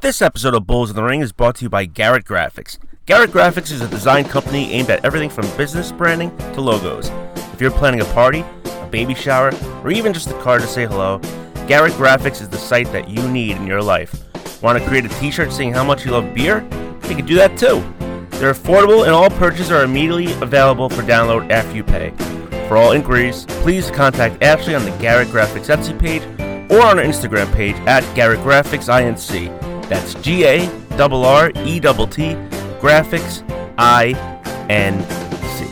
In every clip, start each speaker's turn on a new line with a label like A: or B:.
A: This episode of Bulls in the Ring is brought to you by Garrett Graphics. Garrett Graphics is a design company aimed at everything from business branding to logos. If you're planning a party, a baby shower, or even just a card to say hello, Garrett Graphics is the site that you need in your life. Want to create a t shirt saying how much you love beer? They can do that too. They're affordable and all purchases are immediately available for download after you pay. For all inquiries, please contact Ashley on the Garrett Graphics Etsy page or on our Instagram page at Garrett Graphics INC. That's G A R R E T T Graphics I N C.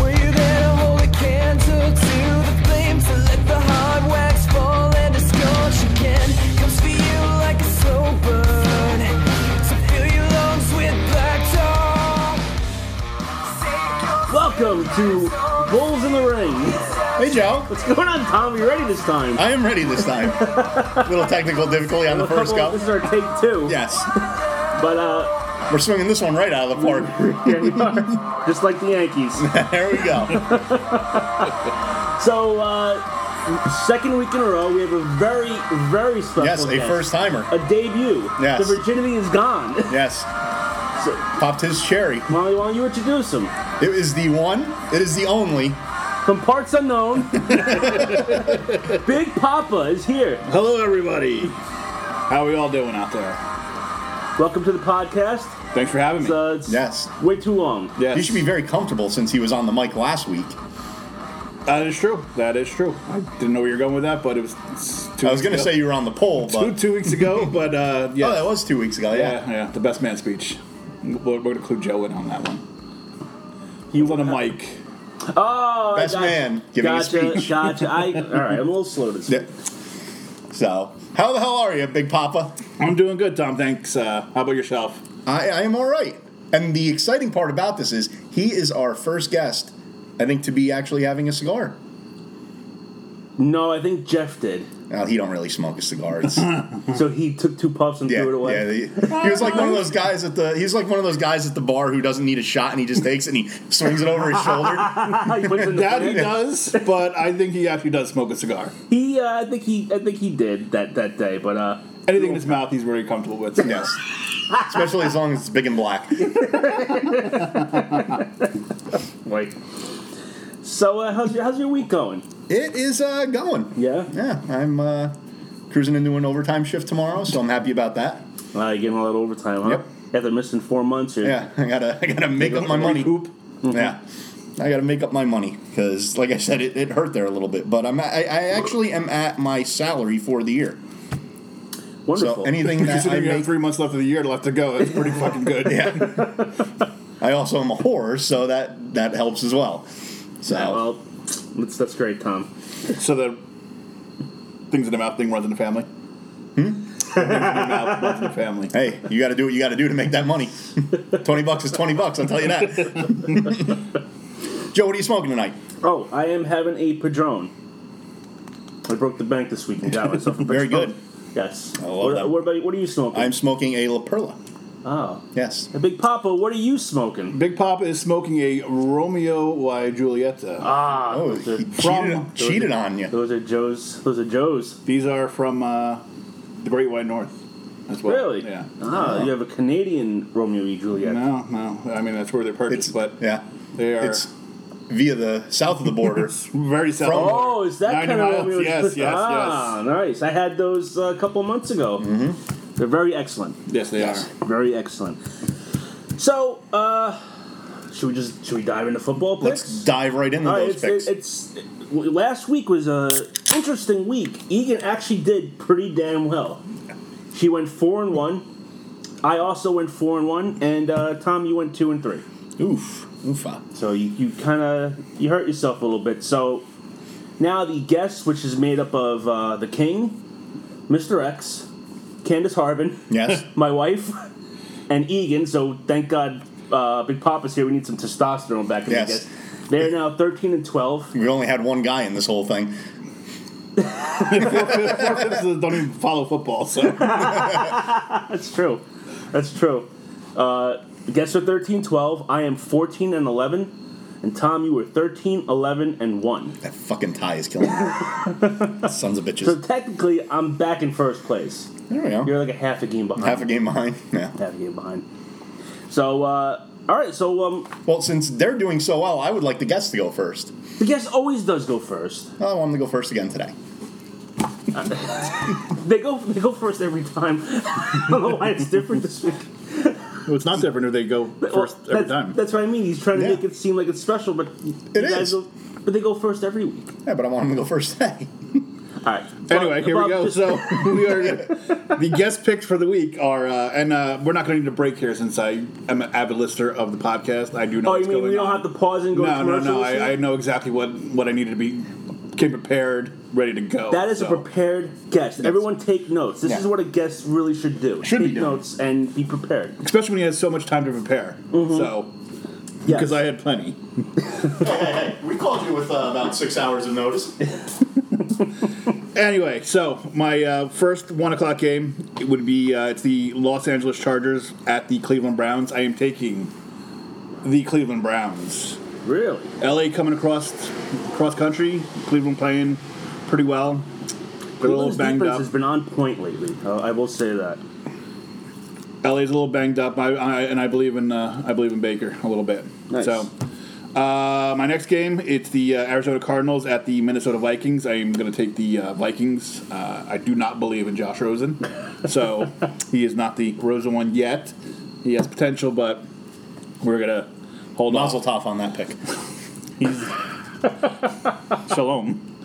B: Were you gonna hold a candle to the flames and let the hard wax fall and distortion can comes for you like a slow burn? So fill your lungs with black tar.
C: Welcome to Bulls in the Ring.
D: Hey Joe,
C: What's going on, Tom? You ready this time?
D: I am ready this time. Little technical difficulty on the
C: A couple-
D: first go.
C: This is our take two.
D: Yes,
C: But uh,
D: we're swinging this one right out of the park.
C: here we are, just like the Yankees.
D: there we go.
C: So, uh, second week in a row, we have a very, very special
D: Yes, a
C: guest.
D: first timer.
C: a debut.
D: Yes.
C: The virginity is gone.
D: Yes,
C: So,
D: popped his cherry.
C: Molly, why don't you introduce him?
D: It is the one. It is the only.
C: From parts unknown, Big Papa is here.
E: Hello, everybody. How are we all doing out there?
C: Welcome to the podcast.
E: Thanks for having me.
C: Uh, it's
D: Yes.
C: way too long.
E: yes,
D: He should be very comfortable since he was on the mic last week.
E: That is true. That is true. I didn't know where you were going with that, but it was. it's Two
D: I was going
E: weeks
D: to
E: ago.
D: say you were on the poll,
E: two,
D: but
E: two weeks ago, but uh, yeah,
D: oh, that was two weeks ago. Yeah.
E: yeah, yeah. The best man speech. We're, we're gonna clue Joe in on that one. He was on a mic.
C: Oh, I
D: Best
C: got-
D: man giving
C: Gotcha,
D: a speech.
C: gotcha. I, all right, I'm a little slow to
D: Yeah. So, how the hell are you, Big Papa?
E: I'm doing good, Tom. Thanks. Uh, how about yourself?
D: I, I am all right. And the exciting part about this is he is our first guest, I think, to be actually having a cigar.
C: No, I think Jeff did.
D: Now he don't really smoke a cigar. It's,
C: So he took two puffs and
D: yeah,
C: threw it away.
D: yeah. He, he was like one of those guys at the. He's like one of those guys at the bar who doesn't need a shot and he just takes it and he swings it over his shoulder.
C: he puts it in the
E: That he
C: plate.
E: does, but I think he actually does smoke a cigar.
C: He, uh, I think he, I think he did that that day. But uh,
E: Anything in his mouth, he's very comfortable with. so-
D: Yes. Especially as long as it's big and black.
C: wait. So uh, how's your how's your week going?
D: It is uh, going.
C: Yeah.
D: Yeah. I'm uh, cruising into an overtime shift tomorrow, so I'm happy about that.
C: Uh, you getting a lot of overtime, huh?
D: Yep.
C: After missing four months, or
D: Yeah. I gotta. I gotta make up my money.
E: Recoup.
D: Yeah. I got to make up my money because, like I said, it, it hurt there a little bit. But I'm I, I actually am at my salary for the year.
C: wonderful.
D: So anything that I
E: Considering you have
D: make,
E: three months left of the year left to go, that's pretty fucking good.
D: yeah. I also am a whore, so that that helps as well. So
C: Yeah, well, that's that's great, Tom.
E: So the things in the mouth thing runs in the family. Hmm? things in the mouth runs in the family.
D: hey, you got to do what you got to do to make that money. twenty bucks is twenty bucks. I'll tell you that. Joe, what are you smoking tonight?
C: Oh, I am having a padrone. I broke the bank this week and got myself a padrone.
D: Very good.
C: Yes.
D: love
C: what,
D: that.
C: what about what are you smoking?
D: I'm smoking a La Perla.
C: oh,
D: Yes.
C: Hey, Big Papa, what are you smoking?
E: Big Papa is smoking a Romeo y Julieta.
C: Ah,
D: Oh,
C: those are-
D: he
E: From-
D: cheated, cheated on you.
C: Those are Joe's. Those are Joe's.
E: These are from uh, the Great White North as well.
C: Really?
E: Yeah.
C: Ah, you have a Canadian Romeo and Juliet.
E: No, no. I mean, that's where they're purchased,
D: It's
E: but
D: yeah.
E: they are
D: It's via the south of the border.
E: very south.
D: From-
C: Oh, is that
E: Nine
C: kind
E: miles,
C: of Romeo? and
E: yes,
C: Juliet?
E: yes,
C: ah, nice. I had those uh, a couple months ago. Mm-hmm. They're very excellent.
E: Yes, they
D: Yes.
E: are.
C: Very excellent. So, uh, should we just should we dive into football picks?
D: Let's dive right into
E: Uh,
C: All right,
D: those
C: it's,
D: picks.
C: it's w- last week was a interesting week. Egan actually did pretty damn well. She went four and one. I also went four and one, and uh, Tom, you went two and three.
D: Oof. Oofa.
C: So you, you kind of you hurt yourself a little bit. So now the guest, which is made up of uh, the King, Mr. X, Candace Harbin,
D: Yes.
C: my wife, and Egan. So thank God, uh, Big Papa's here. We need some testosterone back in
D: Yes.
C: the guest. They're now thirteen and twelve.
D: we only had one guy in this whole thing.
E: don't even follow football, so
C: That's true. That's true. Uh, the guests are 13, 12. I am 14 and 11. And Tom, you were 13, 11, and 1.
D: That fucking tie is killing me. Sons of bitches.
C: So technically, I'm back in first place.
D: there we go.
C: You're like a half a game behind.
D: Half a game behind. Yeah.
C: half a game behind. So, uh, all right. So, um,
D: Well, since they're doing so well, I would like the guests to go first. Oh,
C: the guest always does go first.
D: I want them to go first again today.
C: They go they go first every time. I don't know why it's different this week.
E: well, it's not different if they go
C: Well,
E: first every
C: that's,
E: time.
C: that's what I mean. He's trying to
D: Yeah.
C: make it seem like it's special, but
D: It
C: you guys
D: is.
C: Go, but they go first every week.
D: Yeah, but I want them to go first today.
C: All right.
E: Anyway,
C: Bob-
E: here we
C: Bob,
E: go.
C: just-
E: So we are the guest picks for the week are, uh, and uh, we're not going to need a break here since I am an avid listener of the podcast. I do know.
C: Oh, you
E: what's
C: mean
E: going
C: we don't
E: on.
C: have to pause and go to
E: No, no,
C: commercials?
E: no. I, I know exactly what what I needed to be came prepared, ready to go.
C: that is a
E: so.
C: prepared guest. Everyone take notes. This
D: Yeah.
C: is what a guest really should do.
E: Should be
C: take
E: doing.
C: notes and be prepared.
E: especially when he has so much time to prepare. So
C: Mm-hmm. Yes.
E: because I had plenty.
D: hey, we called you with uh, about six hours of notice.
E: Anyway, so my uh, first one o'clock game it would be uh, it's the Los Angeles Chargers at the Cleveland Browns. I am taking the Cleveland Browns.
C: really?
E: LA coming across cross country. Cleveland playing pretty well. They're a little
C: Cleveland's
E: banged
C: defense
E: up.
C: has been on point lately. Uh, I will say that.
E: LA's a little banged up. I, I and I believe in uh, I believe in Baker a little bit.
C: Nice.
E: So uh, my next game it's the uh, Arizona Cardinals at the Minnesota Vikings. I am going to take the uh, Vikings. Uh, I do not believe in Josh Rosen, so he is not the Rosen one yet. He has potential, but we're gonna hold on.
D: Mazel tov on that pick.
E: Shalom.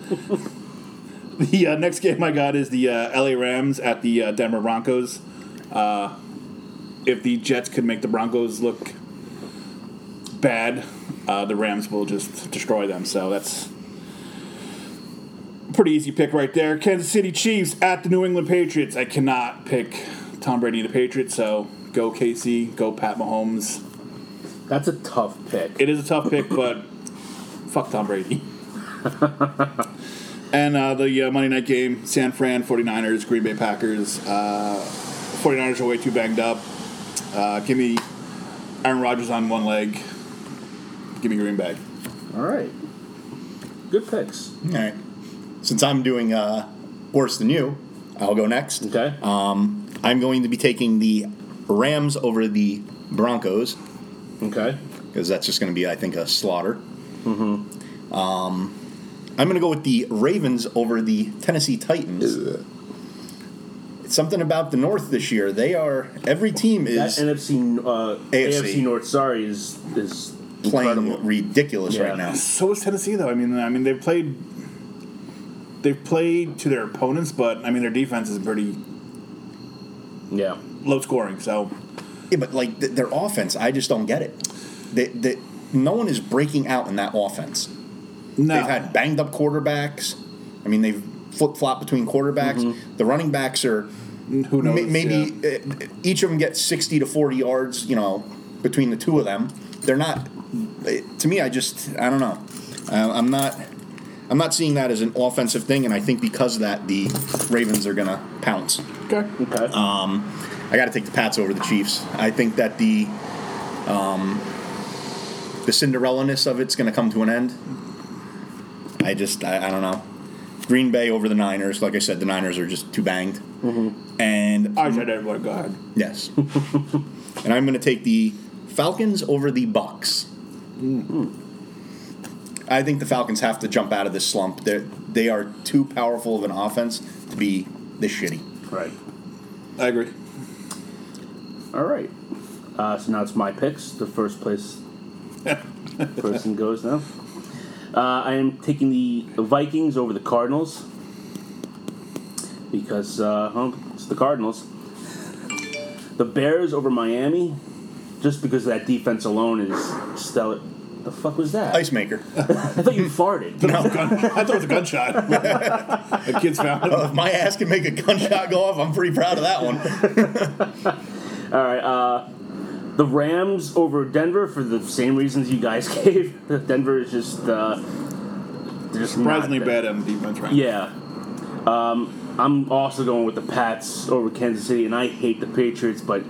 E: the uh, next game I got is the uh, LA Rams at the uh, Denver Broncos. Uh, if the Jets could make the Broncos look bad, uh, the Rams will just destroy them. So that's a pretty easy pick right there. Kansas City Chiefs at the New England Patriots. I cannot pick Tom Brady and the Patriots, so go KC, go Pat Mahomes.
C: That's a tough pick.
E: It is a tough pick, but fuck Tom Brady. and uh, the uh, Monday night game, San Fran 49ers, Green Bay Packers. Uh, 49ers are way too banged up. Uh, give me Aaron Rodgers on one leg. Give me Green Bay.
C: All right. Good picks.
D: All right. Since I'm doing uh, worse than you, I'll go next.
C: Okay.
D: Um, I'm going to be taking the Rams over the Broncos
C: okay.
D: because that's just going to be, I think, a slaughter. Mm-hmm. Um, I'm going to go with the Ravens over the Tennessee Titans. It's something about the North this year. They are every team
C: That
D: is
C: NFC uh,
D: AFC.
C: AFC North. Sorry, is is
D: playing
C: incredible.
D: ridiculous
C: Yeah.
D: right now.
E: So is Tennessee, though. I mean, I mean they've played. They've played to their opponents, but I mean their defense is pretty
C: Yeah.
E: low scoring. So
D: Yeah, but like th- their offense, I just don't get it. That that no one is breaking out in that offense.
E: no,
D: They've had banged up quarterbacks. I mean, they've flip flop between quarterbacks. The running backs are
E: Mm-hmm. who knows?
D: ma- maybe
E: yeah.
D: uh, each of them gets sixty to forty yards. You know, between the two of them, they're not. it- To me, I just I don't know. Uh, I'm not. I'm not seeing that as an offensive thing, and I think because of that, the Ravens are gonna pounce.
E: Okay.
C: Okay.
D: Um, I got to take the Pats over the Chiefs. I think that the um, the Cinderella-ness of it's going to come to an end. I just I, I don't know. Green Bay over the Niners. Like I said, the Niners are just too banged. And
E: I said everyone. Go ahead.
D: yes, and I'm going to take the Falcons over the Bucks. I think the Falcons have to jump out of this slump. They they are too powerful of an offense to be this shitty.
C: right.
E: I agree.
C: All right. Uh, so now it's my picks. The first place person goes now. Uh, I am taking the Vikings over the Cardinals because uh, well, it's the Cardinals. The Bears over Miami, just because that defense alone is stellar. The fuck was that?
D: Ice maker.
C: I thought you farted.
E: No, gun- I thought it was a gunshot. the kids found it.
D: if my ass can make a gunshot go off, I'm pretty proud of that one.
C: All right. Uh, the Rams over Denver for the same reasons you guys gave. Denver is just uh, they're just not
E: Surprisingly
C: that-
E: bad on defense, right?
C: Yeah. Um, I'm also going with the Pats over Kansas City, and I hate the Patriots, but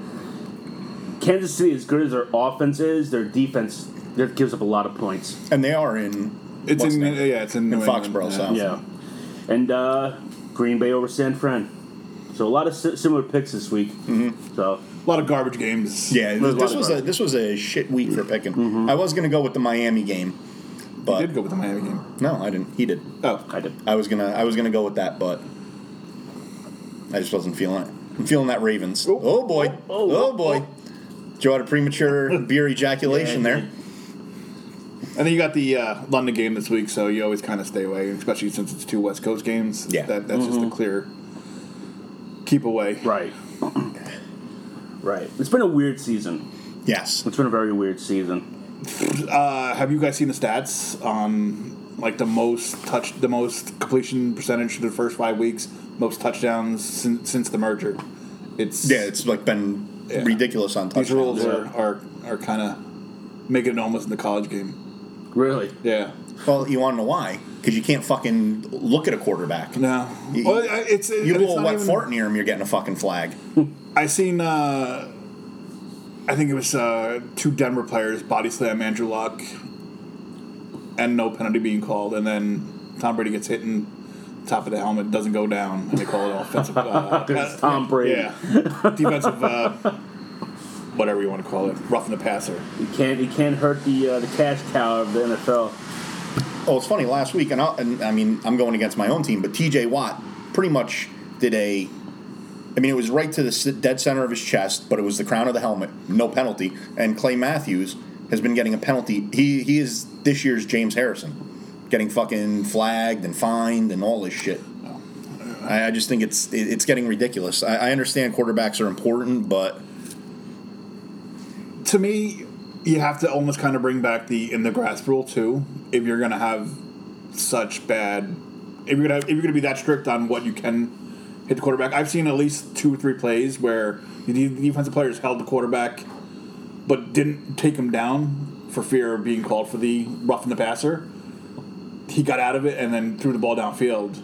C: Kansas City, as good as their offense is, their defense that gives up a lot of points.
D: And they are in.
E: It's
D: what's
E: in,
D: that?
E: yeah, it's in,
D: In
E: New England,
D: Foxborough,
E: yeah.
D: so.
C: Yeah. And uh, Green Bay over San Fran. So a lot of si- similar picks this week. Mm-hmm. So
E: A lot of garbage games.
D: Yeah,
C: There's a lot
D: this
C: of
D: was a
C: garbage.
D: this was a shit week for picking. I was gonna go with the Miami game,
E: I
D: but
E: did go with the Miami game.
D: no, I didn't. He did.
E: Oh,
C: I did.
D: I was gonna I was gonna go with that, but I just wasn't feeling it. I'm feeling that Ravens.
E: Oh.
D: Oh boy.
C: Oh.
D: Oh boy. Joe had a premature beer ejaculation
C: Yeah, I
D: there.
C: did.
E: and then you got the uh, London game this week, so you always kind of stay away, especially since it's two West Coast games.
D: Yeah.
E: that, that's just a clear keep away.
C: Right. right. It's been a weird season.
D: Yes.
C: It's been a very weird season.
E: Uh, have you guys seen the stats on like the most touch, the most completion percentage for the first five weeks, most touchdowns since, since the merger? It's
D: Yeah, it's like been
E: Yeah.
D: ridiculous on touchdowns.
E: these rules are are, are kind of making it almost in the college game.
C: Really?
E: Yeah,
D: Well, you want to know why? Because you can't fucking look at a quarterback.
E: no,
D: You-
E: well, it's
D: You
E: it's
D: blow a
E: not
D: wet
E: even-
D: fart near him, you're getting a fucking flag.
E: I seen. Uh, I think it was uh, two Denver players body slam Andrew Luck, and no penalty being called, and then Tom Brady gets hit in top of the helmet, doesn't go down, and they call it offensive. Uh,
C: It's Tom Brady.
E: Yeah, defensive. Uh, whatever you want to call it, roughing the passer.
C: You can't you can't hurt the uh, the cash cow of the NFL.
D: Oh, it's funny. Last week, and, I, and I mean, I'm going against my own team, but T.J. Watt pretty much did a. I mean, it was right to the s- dead center of his chest, but it was the crown of the helmet, no penalty. And Clay Matthews has been getting a penalty. He he is this year's James Harrison, getting fucking flagged and fined and all this shit. I, I just think it's it, it's getting ridiculous. I, I understand quarterbacks are important, but
E: to me, you have to almost kind of bring back the in the grasp rule too. If you're gonna have such bad, if you're gonna if you're gonna be that strict on what you can hit the quarterback, I've seen at least two or three plays where the de- defensive players held the quarterback, but didn't take him down for fear of being called for the roughing the passer. He got out of it and then threw the ball downfield.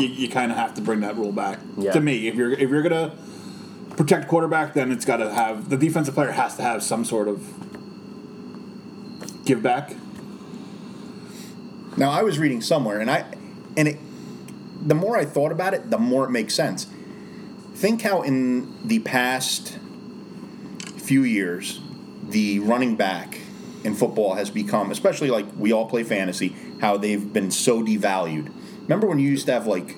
E: You, you kind of have to bring that rule back.
C: Yeah.
E: To me, if you're if you're gonna protect quarterback, then it's got to have the defensive player has to have some sort of give back.
D: Now I was reading somewhere, and I and it the more I thought about it, the more it makes sense. Think how in the past few years, the running back in football has become, especially like we all play fantasy, how they've been so devalued. Remember when you used to have like,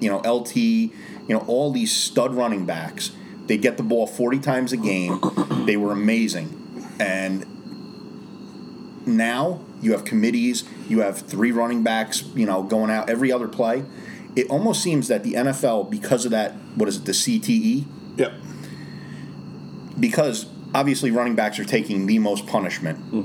D: you know, LT, you know, all these stud running backs. They get the ball 40 times a game. They were amazing. And now you have committees, you have three running backs, you know, going out every other play. It almost seems that the NFL, because of that, what is it, the CTE?
E: Yep.
D: Because obviously running backs are taking the most punishment.
E: Yeah.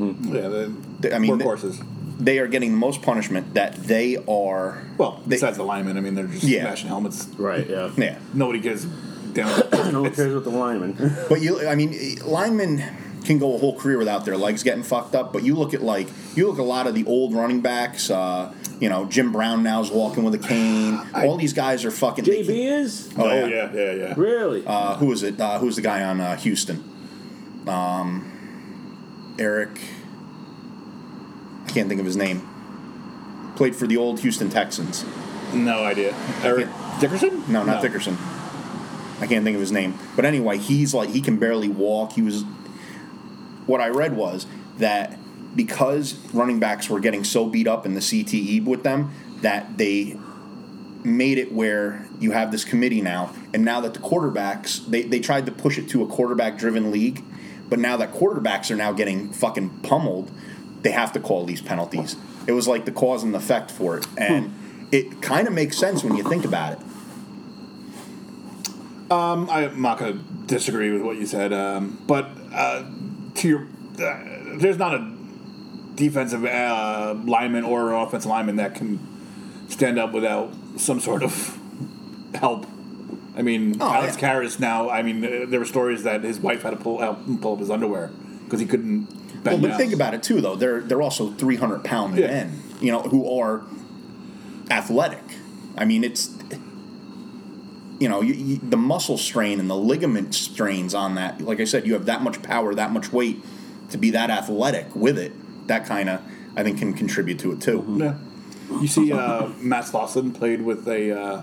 E: The,
D: They- I mean,
E: workhorses.
D: They are getting the most punishment that they are.
E: Well,
D: they,
E: besides the linemen, I mean, they're just
D: Yeah.
E: smashing helmets.
C: Right. Yeah.
D: yeah.
E: Nobody gives damn.
D: Oh,
C: No one cares about the lineman.
D: But you, I mean, linemen can go a whole career without their legs getting fucked up. But you look at like you look at a lot of the old running backs. Uh, you know, Jim Brown now's walking with a cane. All these guys are fucking. they
C: JB is
D: Oh, yeah.
E: yeah, yeah, yeah.
C: really.
D: Uh, who is it? Uh, who's the guy on uh, Houston? Um, Eric. I can't think of his name. Played for the old Houston Texans.
E: No idea. Eric Dickerson?
D: No, not Dickerson. I can't think of his name. But anyway, he's like he can barely walk. He was what I read was that because running backs were getting so beat up in the CTE with them that they made it where you have this committee now and now that the quarterbacks they, they tried to push it to a quarterback driven league but now that quarterbacks are now getting fucking pummeled they have to call these penalties it was like the cause and effect for it and it kind of makes sense when you think about it
E: Um, I'm not going to disagree with what you said, um, but uh, to your, uh, there's not a defensive uh, lineman or offensive lineman that can stand up without some sort of help. I mean,
D: Oh,
E: Alex
D: yeah.
E: Karras now. I mean, uh, there were stories that his wife had to pull out pull up his underwear because he couldn't.
D: Well,
E: bend
D: but
E: down.
D: think about it too, though. They're they're also three hundred pound
E: Yeah.
D: men, you know, who are athletic. I mean, it's you know you, you, the muscle strain and the ligament strains on that. Like I said, you have that much power, that much weight to be that athletic with it. That kind of I think can contribute to it too.
C: Mm-hmm.
E: Yeah. You see, uh, Matt Slauson played with a uh,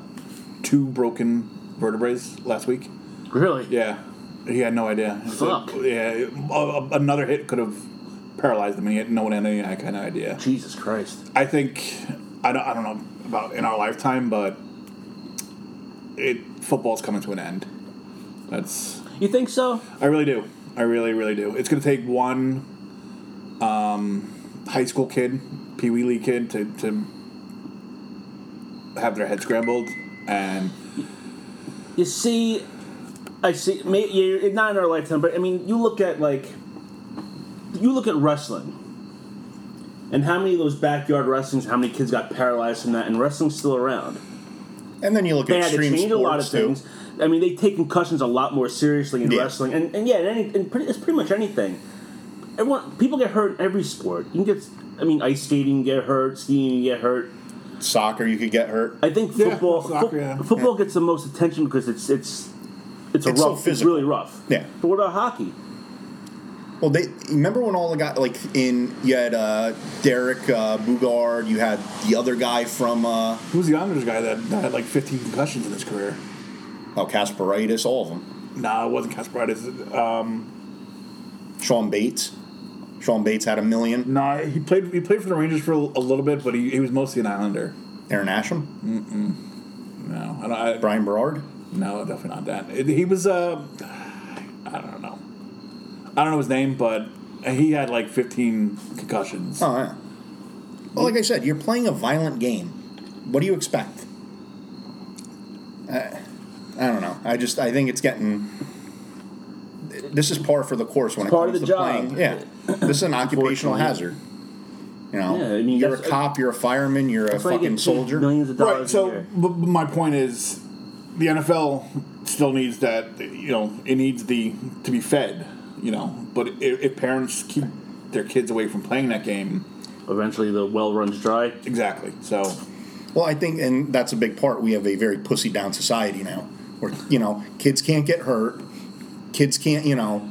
E: two broken vertebrae last week.
C: Really?
E: Yeah, he had no idea.
C: Fuck.
E: So, yeah, a- a- another hit could have paralyzed him, and he had no one had any kind of idea.
C: Jesus Christ.
E: I think I don't, I don't know about in our lifetime, but it football's coming to an end. That's
C: You think so?
E: I really do. I really, really do. It's going to take one um, high school kid, Pee Wee League kid, to, to have their head scrambled. And
C: You see, I see. May, you not in our lifetime, but I mean, you look at like, you look at wrestling, and how many of those backyard wrestlings, how many kids got paralyzed from that, and wrestling's still around.
D: And then you look
C: They
D: at
C: had to
D: extreme
C: change
D: sports
C: a lot of
D: too.
C: things. I mean, they take concussions a lot more seriously in
D: Yeah.
C: wrestling, and, and yeah, and, any, and pretty, it's pretty much anything. Everyone, people get hurt in every sport. You can get, I mean, ice skating, you get hurt, skiing, you get hurt.
D: Soccer, you could get hurt.
C: I think
E: Yeah,
C: football
E: soccer,
C: fo-
E: yeah.
C: football gets the most attention because it's it's it's a
D: It's so
C: rough, it's
D: physical.
C: really rough.
D: Yeah.
C: But what about hockey?
D: Well, they remember when all the guy like in you had uh, Derek uh, Bugard, you had the other guy from uh,
E: who's the Islanders guy that, that had like 15 concussions in his career?
D: oh Kasparitis, all of them.
E: Nah, it wasn't Kasparaitis. Um,
D: Sean Bates, Sean Bates had a million.
E: nah, he played he played for the Rangers for a little bit, but he, he was mostly an Islander.
D: Aaron Asham,
E: No, I don't. I,
D: Brian Berard.
E: No, definitely not that. It- He was, uh, I don't know. I don't know his name, but he had like 15 concussions.
D: Oh yeah. Well, like I said, you're playing a violent game. What do you expect? Uh, I, I don't know. I just I think it's getting. This is par for the course when
C: It's
D: it
C: part
D: comes
C: of the
D: to
C: job.
D: playing. Yeah, this is an occupational hazard. You know,
C: Yeah, I mean,
D: you're a
C: that's-
D: cop, you're a fireman, you're a
C: That's why you get
D: fucking
C: paid
D: soldier.
C: Millions of dollars.
E: right.
C: a
E: So,
C: year.
E: but but my point is, the NFL still needs that. You know, it needs the to be fed. You know, but if, if parents keep their kids away from playing that game,
C: eventually the well runs dry.
E: exactly. So
D: Well, I think, and that's a big part. We have a very pussy down society now, where you know kids can't get hurt, kids can't, you know,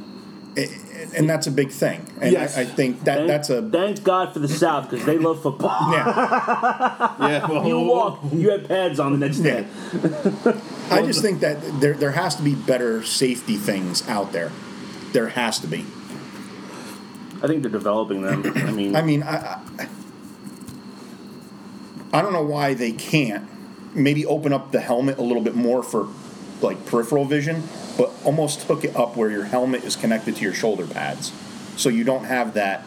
D: a- and that's a big thing. And
E: Yes.
D: I, I think that
C: Thank,
D: that's a
C: thank God for the South because they love football.
D: yeah.
E: yeah, well,
C: You walk, you have pads on the next day.
D: I just think that there there has to be better safety things out there. There has to be.
C: I think they're developing them. I mean,
D: I mean, I, I I don't know why they can't maybe open up the helmet a little bit more for like peripheral vision, but almost hook it up where your helmet is connected to your shoulder pads, so you don't have that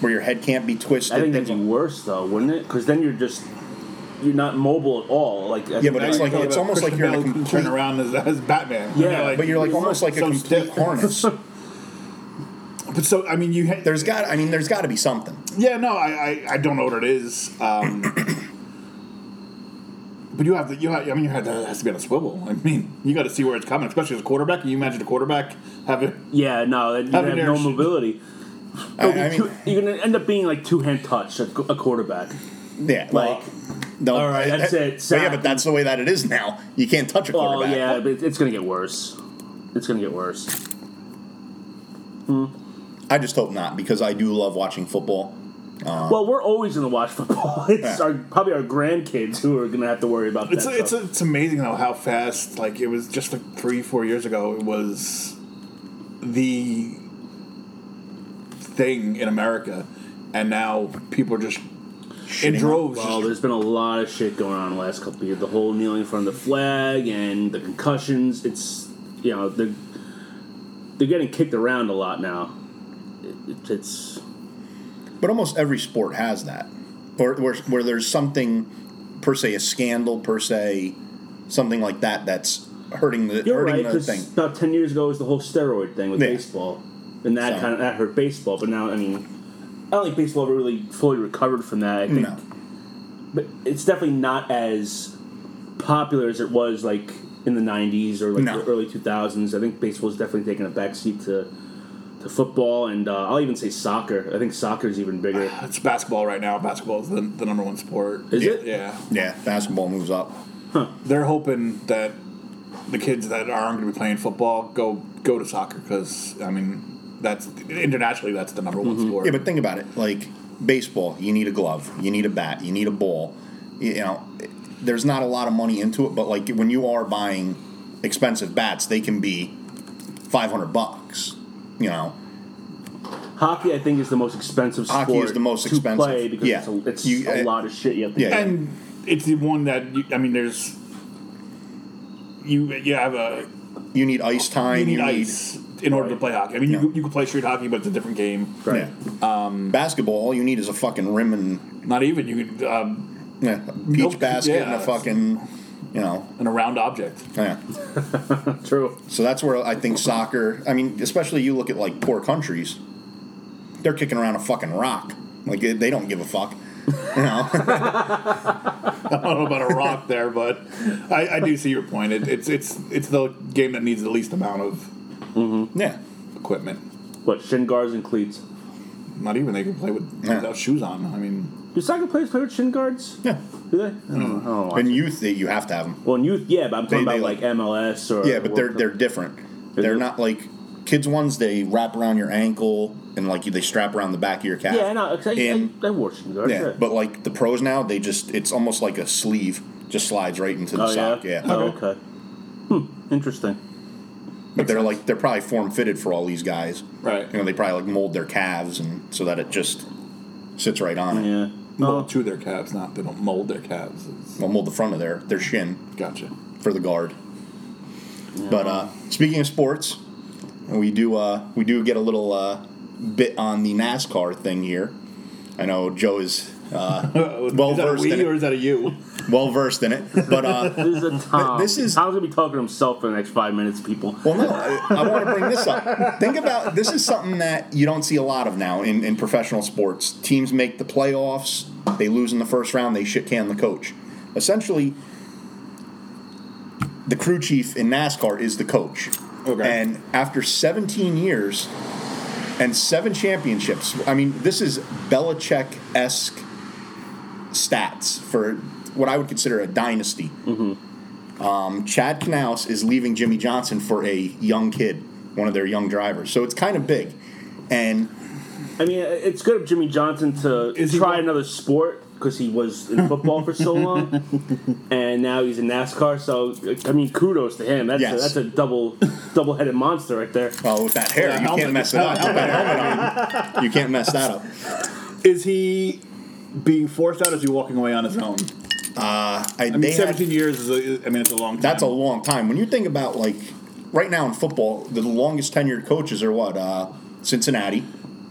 D: where your head can't be twisted.
C: I think
D: things
C: that'd be
D: like-
C: worse though, wouldn't it? Because then you're just you're not mobile at all. Like I
D: yeah,
C: think
D: but
E: Now
D: it's
E: you're
D: like
E: talking
D: it's
E: about
D: almost like
E: Christian
D: you're in a
E: Bale can
D: complete.
E: turn around as, as Batman.
C: Yeah,
E: You're
D: But you're like almost like a
E: so
D: complete
E: stiff.
D: harness.
E: But so I mean, you ha-
D: There's got, I mean, there's got to be something.
E: Yeah, no, I, I, I don't know what it is. Um, but you have to, you have, I mean, you have to, it has to be on a swivel. I mean, you got to see where it's coming, especially as a quarterback. Can you imagine a quarterback having?
C: yeah, no, you
E: Having
C: have
E: their
C: no
E: sh-
C: mobility.
D: I,
C: It'll
D: I
C: be
D: mean,
C: two- you're gonna end up being like two hand touch at a quarterback.
D: yeah,
C: Like,
D: no,
C: all right, that's it,
D: But yeah,
C: sack.
D: but that's the way that it is now. You can't touch a
C: oh
D: quarterback.
C: yeah, but it's gonna get worse. It's gonna get worse.
D: I just hope not because I do love watching football.
C: Well, we're always gonna watch football. It's
D: Uh. Yeah.
C: our probably our grandkids who are gonna have to worry about
E: It's
C: that.
E: it's
C: stuff.
E: it's amazing though how fast like it was just like three four years ago it was the thing in America, and now people are just in droves.
C: well, there's been a lot of shit going on the last couple of years. The whole kneeling in front of the flag and the concussions. It's you know they're they're getting kicked around a lot now. It, it's
D: But almost every sport has that, or where, where there's something per se a scandal per se, something like that that's hurting the
C: you're
D: hurting
C: right
D: the
C: 'cause
D: thing.
C: about ten years ago it was the whole steroid thing with
D: Yeah.
C: baseball. and that
D: So-
C: kind of that hurt baseball. But now, I mean, I don't think baseball ever really fully recovered from that. I think,
D: No.
C: but it's definitely not as popular as it was like in the '90s or like
D: No.
C: the early 2000s. I think baseball's definitely taken a backseat to to football, and uh, I'll even say soccer. I think soccer's even bigger.
E: It's basketball right now. Basketball is the, the number one sport.
C: Is
D: Yeah.
C: it?
E: Yeah.
D: Yeah, basketball moves up.
E: They're hoping that the kids that aren't going to be playing football go go to soccer because, I mean, that's internationally, that's the number one sport.
D: Yeah, but think about it. Like baseball, you need a glove, you need a bat, you need a ball. You know, there's not a lot of money into it, but like when you are buying expensive bats, they can be 500 bucks, you know.
C: Hockey, I think, is the most expensive sport.
D: Hockey is the most
C: to
D: expensive.
C: play because
D: Yeah.
C: it's, a, it's
D: You-
C: a
D: uh,
C: lot of shit you have to.
D: yeah,
C: do.
E: and it's the one that you, I mean. There's you you have a
D: You need ice time,
E: you need
D: you need
E: ice in order to play hockey. I mean,
D: Yeah.
E: you you can play street hockey, but it's a different game.
C: Right.
D: Um, basketball, all you need is a fucking rim and
E: Not even you could um,
D: yeah, a beach
E: Nope,
D: basket and
E: yeah.
D: a fucking, you know,
E: an around object.
D: yeah.
C: True.
D: So that's where I think soccer. I mean, especially you look at like poor countries, they're kicking around a fucking rock. Like they they don't give a fuck. You know,
E: I don't know about a rock there, but I, I do see your point. It, it's it's it's the game that needs the least amount of
D: yeah.
E: equipment.
C: What shin guards and cleats?
E: Not even they can play with
D: Yeah.
E: without shoes on. I mean,
C: Do soccer players play with shin guards?
D: Yeah.
C: Do they? I don't know. I don't watch
D: In
C: it.
D: youth, they, you have to have them.
C: well, in youth, yeah, but I'm talking
D: Mm. They-
C: about
D: they-
C: like MLS or
D: Yeah, but they're
C: World
D: they're
C: Cup.
D: different. They're not like kids ones. They wrap around your ankle and like they strap around the back of your calf.
C: yeah, no, 'cause I,
D: And-
C: I, I wore shin guards.
D: yeah,
C: Yeah,
D: but like the pros now, they just it's almost like a sleeve just slides right into the
C: oh
D: sock.
C: yeah,
D: Yeah,
C: Oh, okay. Hmm, interesting.
D: but they're like they're probably form fitted for all these guys.
E: right?
D: You know, they probably like mold their calves and so that it just sits right on it.
C: Yeah.
E: Mold to their calves, not they don't mold their calves. It's,
D: well, mold the front of their their shin
E: gotcha.
D: for the guard. But uh, speaking of sports, we do uh, we do get a little uh, bit on the NASCAR thing here. I know Joe is uh, well
E: Oh, is that a
D: versed
E: we
D: in
E: or
D: it.
E: is that a you?
D: Well versed in it, but uh,
C: Oh, This is a Tom.
D: this is-
C: Tom's gonna be talking to himself for the next five minutes, people.
D: well, no, I, I want to bring this up. Think about this is something that you don't see a lot of now in, in professional sports. Teams make the playoffs, they lose in the first round, they shit can the coach. Essentially, the crew chief in NASCAR is the coach.
E: Okay.
D: And after 17 years and seven championships, I mean, this is Belichick esque stats for what I would consider a dynasty. Um, Chad Knaus is leaving Jimmy Johnson for a young kid, one of their young drivers. So it's kind of big. And
C: I mean, it's good of Jimmy Johnson to
E: Is he-
C: try another sport because he was in football for so long, and now he's in NASCAR. So, I mean, kudos to him. That's
D: Yes.
C: a, that's a double double headed monster right there.
D: well, with that hair,
E: Well, that
D: you can't
E: helmet-
D: mess it up.
E: that
D: With that helmet on, you can't mess that up.
E: Is he being forced out? Or is he walking away on his own?
D: I,
E: I mean,
D: they had-
E: seventeen years is. A, I mean, it's a long. time.
D: That's a long time. When you think about like right now in football, the longest tenured coaches are what? Uh, Cincinnati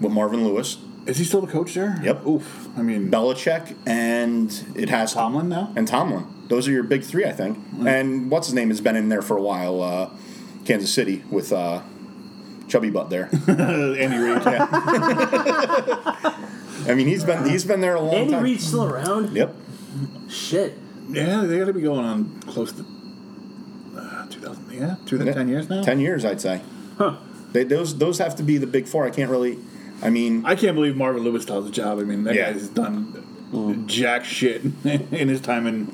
D: with Marvin Lewis,
E: Is he still the coach there?
D: Yep.
E: Oof. I mean,
D: Belichick, and it has
E: Tomlin Mm-hmm. now.
D: and Tomlin. Those are your big three, I think. And what's his name has been in there for a while. Uh, Kansas City with uh, chubby butt there.
E: Andy Reid.
D: I mean, he's been he's been there a long
C: Andy
D: time.
C: Reid's still around.
D: Yep.
C: Shit.
E: Yeah, they got to be going on close to uh, 2000. Yeah, two to ten years now.
D: Ten years, I'd say.
C: Huh.
D: They, those those have to be the big four. I can't really. I mean,
E: I can't believe Marvin Lewis still has a job. I mean, that
D: Yeah.
E: guy's done jack shit in his time in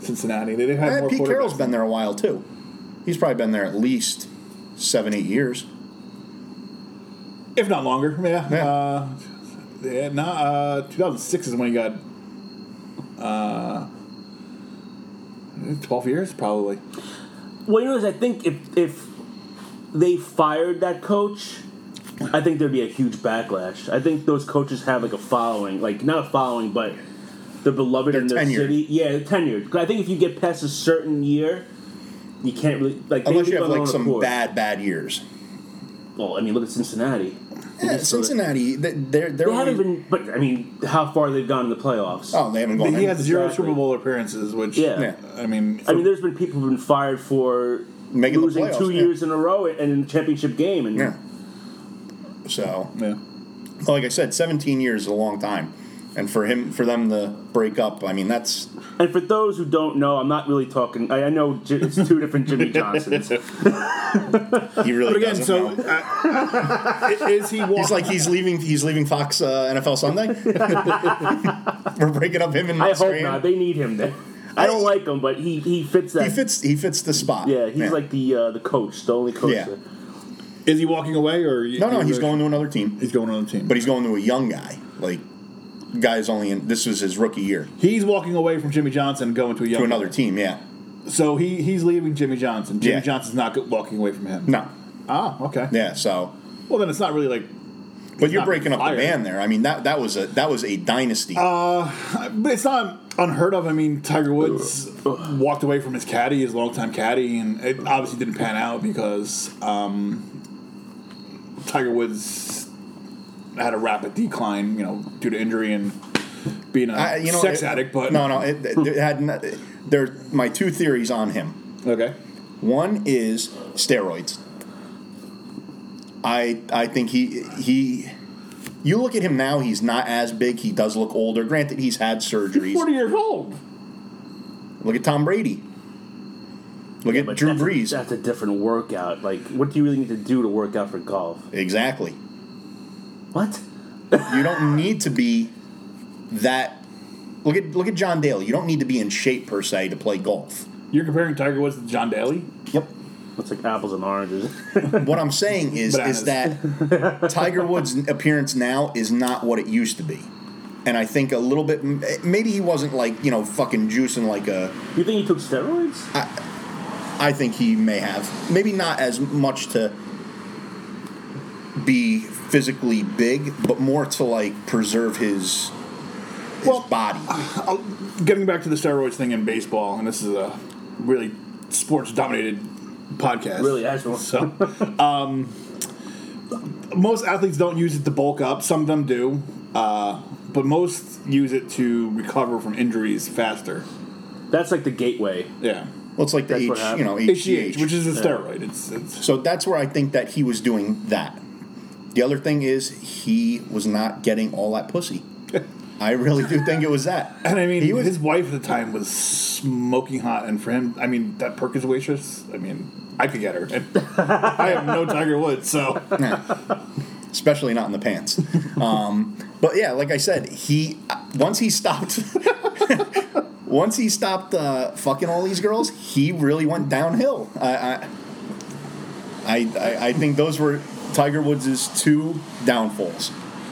E: Cincinnati. They didn't have
D: Eh,
E: more
D: Pete
E: quarterbacks.
D: Carroll's been there a while too. He's probably been there at least seven, eight years.
E: if not longer. Yeah.
D: Yeah.
E: Uh, yeah no, uh, 2006 is when he got uh, 12 years probably.
C: Well, you know, is I think if if they fired that coach, I think there'd be a huge backlash. I think those coaches have like a following, like not a following, but they're beloved in
D: They're
C: their
D: tenured.
C: city. Yeah, they're tenured. I think if you get past a certain year, you can't really like they
D: Unless
C: leave
D: you have
C: on their
D: like
C: own
D: some
C: accord.
D: bad, bad years.
C: Well, I mean, look at Cincinnati.
D: Yeah, Cincinnati, they- they're they're
C: They haven't
D: only-
C: been, but I mean, how far they've gone in the playoffs.
D: Oh, they haven't gone.
E: he has zero
C: Exactly.
E: Super Bowl appearances, which
C: Yeah.
D: Yeah.
E: I mean,
C: I mean, there's been people who've been fired for
D: Making the
C: losing
D: playoffs,
C: two
D: yeah.
C: years in a row and in the championship game, and
D: yeah. So,
E: Yeah.
D: like I said, 17 years is a long time, and for him, for them to break up, I mean, that's
C: And for those who don't know, I'm not really talking. I, I know J- it's two different Jimmy Johnsons.
D: he really.
E: But again,
D: doesn't
E: so
D: know.
E: uh, is he walking?
D: He's like he's leaving. He's leaving Fox uh, NFL Sunday. We're breaking up him and
C: I hope
D: Scram.
C: not. They need him there. I don't like him, but he, he fits that.
D: He fits. He fits the spot.
C: yeah, he's
D: man.
C: like the uh, the coach, the only coach.
D: Yeah.
C: there.
E: is he walking away or?
D: no, no. He's going to another team,
E: He's going on the team.
D: but he's going to a young guy. Like, guy's only in. This was his rookie year
E: he's walking away from Jimmy Johnson and going to a young.
D: to another team. Yeah.
E: So he he's leaving Jimmy Johnson. Jimmy
D: Yeah.
E: Johnson's not go- walking away from him.
D: No.
E: Ah, okay.
D: Yeah. So,
E: Well, then it's not really like.
D: but you're
E: not
D: breaking up
E: fired. Um,
D: the band there. I mean that that was a that was a dynasty.
E: But it's not unheard of. I mean, Tiger Woods walked away from his caddy, his longtime caddy, and it obviously didn't pan out because um, Tiger Woods had a rapid decline, you know, due to injury and being a
D: I- you know,
E: sex
D: it-
E: addict. But
D: no, no. It, it had no- there. My two theories on him.
E: okay.
D: One is steroids. I I think he he you look at him now, he's not as big. He does look older. Granted, he's had surgeries.
E: Forty years old.
D: Look at Tom Brady. Look at
C: But
D: Drew
C: that's a-
D: Brees.
C: that's a different workout. Like, what do you really need to do to work out for golf?
D: exactly.
C: What?
D: You don't need to be that look at look at John Dale. You don't need to be in shape per se to play golf.
E: You're comparing Tiger Woods to John Daly.
D: Yep.
C: It's like apples and oranges.
D: What I'm saying is is that Tiger Woods' appearance now is not what it used to be, and I think a little bit m- maybe he wasn't like you know fucking juicing like a.
C: you think he took steroids?
D: I think he may have maybe not as much to be physically big, but more to like preserve his his
E: Well,
D: body.
E: Uh, getting back to the steroids thing in baseball, and this is a really sports dominated podcast.
C: Really, I just want-
E: So, um, most athletes don't use it to bulk up. Some of them do, uh, but most use it to recover from injuries faster.
C: That's like the gateway.
E: Yeah,
D: Well, it's like the
C: That's
D: H,
C: what
D: you know
E: HGH,
D: HGH,
E: which is a steroid. It's, it's
D: So that's where I think that he was doing that. The other thing is he was not getting all that pussy. I really do think it was that.
E: and I mean,
D: he was
E: his wife at the time was smoking hot, and for him, I mean, that Perkins waitress. I mean, I could get her. I have no Tiger Woods, so
D: especially not in the pants. Um, but yeah, like I said, he uh, once he stopped, once he stopped uh, fucking all these girls, he really went downhill. I, I, I, I- I think those were Tiger Woods' two downfalls.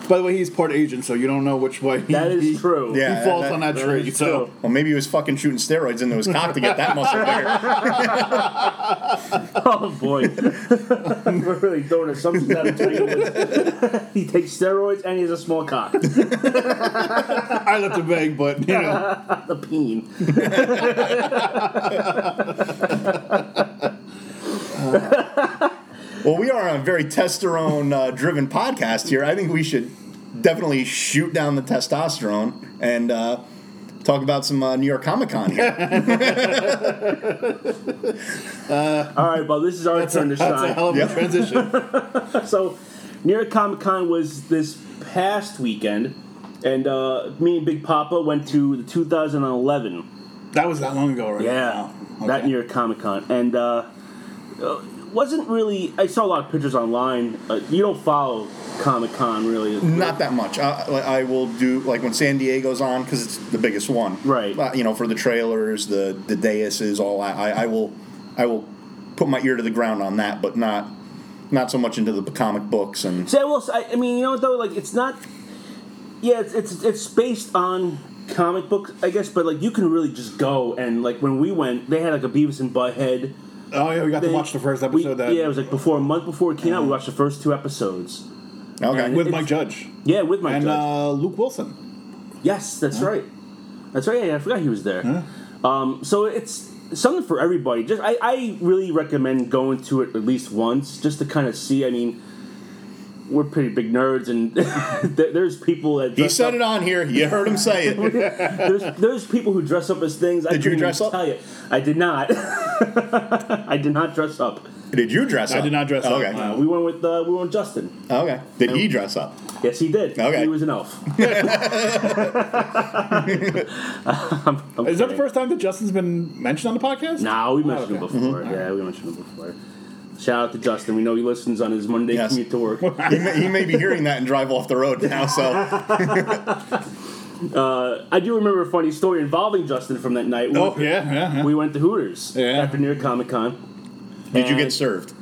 E: By the way, he's part Asian, so you don't know which way he,
C: That is
E: he-
C: true.
E: He
D: Yeah.
E: falls
D: that-
E: on that
C: that
E: tree.
C: is
E: So
C: true.
D: Well, maybe he was fucking shooting steroids into his cock to get that muscle bigger.
C: Oh boy, we're really throwing assumptions out of Tiger Woods. he takes steroids and he has a small cock, a
E: I left it vague, but you know,
C: peen.
D: Well, we are on a very testosterone uh, driven podcast here. I think we should definitely shoot down the testosterone and uh, talk about some uh, New York Comic Con here.
C: All right, well, this is our turn to
E: that's a
C: shine.
E: hell of a
D: Yep.
E: transition.
C: So, New York Comic Con was this past weekend, and uh, me and Big Papa went to the 2011.
E: That was that long ago, right?
C: Yeah,
E: Wow.
C: that
E: Okay.
C: New York Comic Con, and uh, uh, wasn't really. I saw a lot of pictures online. Uh, you don't follow Comic Con really,
E: Mm.
D: Not that much. I, I I will do like when San Diego's on because it's the biggest one,
C: Right.
D: Uh, you know, for the trailers, the the daises, all that. I, I will, I will put my ear to the ground on that, but not not so much into the comic books and
C: See, I will. s- I, I mean, you know what though? Like, it's not. Yeah, it's it's it's based on comic book, I guess. But like, you can really just go and like when we went, they had like a Beavis and Butthead.
E: Oh yeah, we got
C: thing.
E: to watch the first
C: We-
E: episode of that
C: yeah, it was like before a month before it came out. We watched the first two episodes.
D: okay.
E: with
C: it's-
E: Mike Judge
C: Yeah, with my
E: and
C: judge.
E: uh, Luke Wilson.
D: uh,
C: yes, that's right. That's right. Yeah, I forgot he was there. Um, so it's something for everybody. Just I, I really recommend going to it at least once just to kind of see. I mean, we're pretty big nerds, and there- there's people that
D: He
C: dress
D: said
C: up-
D: it on here. You heard him say it.
C: There's, there's people who dress up as things. I
D: Did you
C: couldn't even
D: dress up?
C: Tell you, I did not. I did not dress up.
D: Did you dress up?
E: I did not dress up.
D: okay.
E: No.
C: Uh, we went with uh, we went with Justin.
D: Okay. Did he dress up?
C: Yes, he did.
D: Okay.
C: He was an elf.
E: Is that the first time that Justin's been mentioned on the podcast?
C: No, we mentioned
E: okay.
C: him before. Yeah, we mentioned him before. Shout out to Justin. We know he listens on his Monday
D: Yes.
C: commute to work.
D: He may, he may be hearing that and drive off the road now. So
C: I do remember a funny story involving Justin from that night. We
E: Oh
C: went to-
E: yeah, yeah, yeah.
C: We went to Hooters
E: Yeah.
C: after New York Comic Con.
D: did you get served?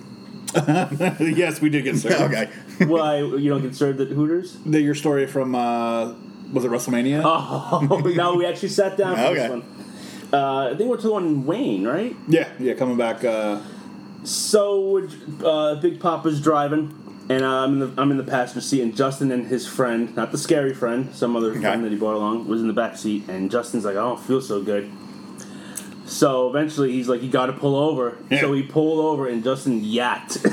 E: yes, we did get served.
D: Okay.
C: Why you don't get served at Hooters?
E: The- your story from uh, was it WrestleMania?
C: Oh no, we actually sat down for
D: Okay.
C: this one. Uh, I think we went to the one in Wayne, right?
E: yeah, yeah. Coming back. Uh,
C: So uh, Big Papa's driving, and uh, I'm in the I'm in the passenger seat, and Justin and his friend, not the scary friend, some other friend that he brought along, was in the back seat, and Justin's like, I don't feel so good. So eventually, he's like, "You got to pull over."
E: Yeah.
C: So he pulled over, and Justin yacked.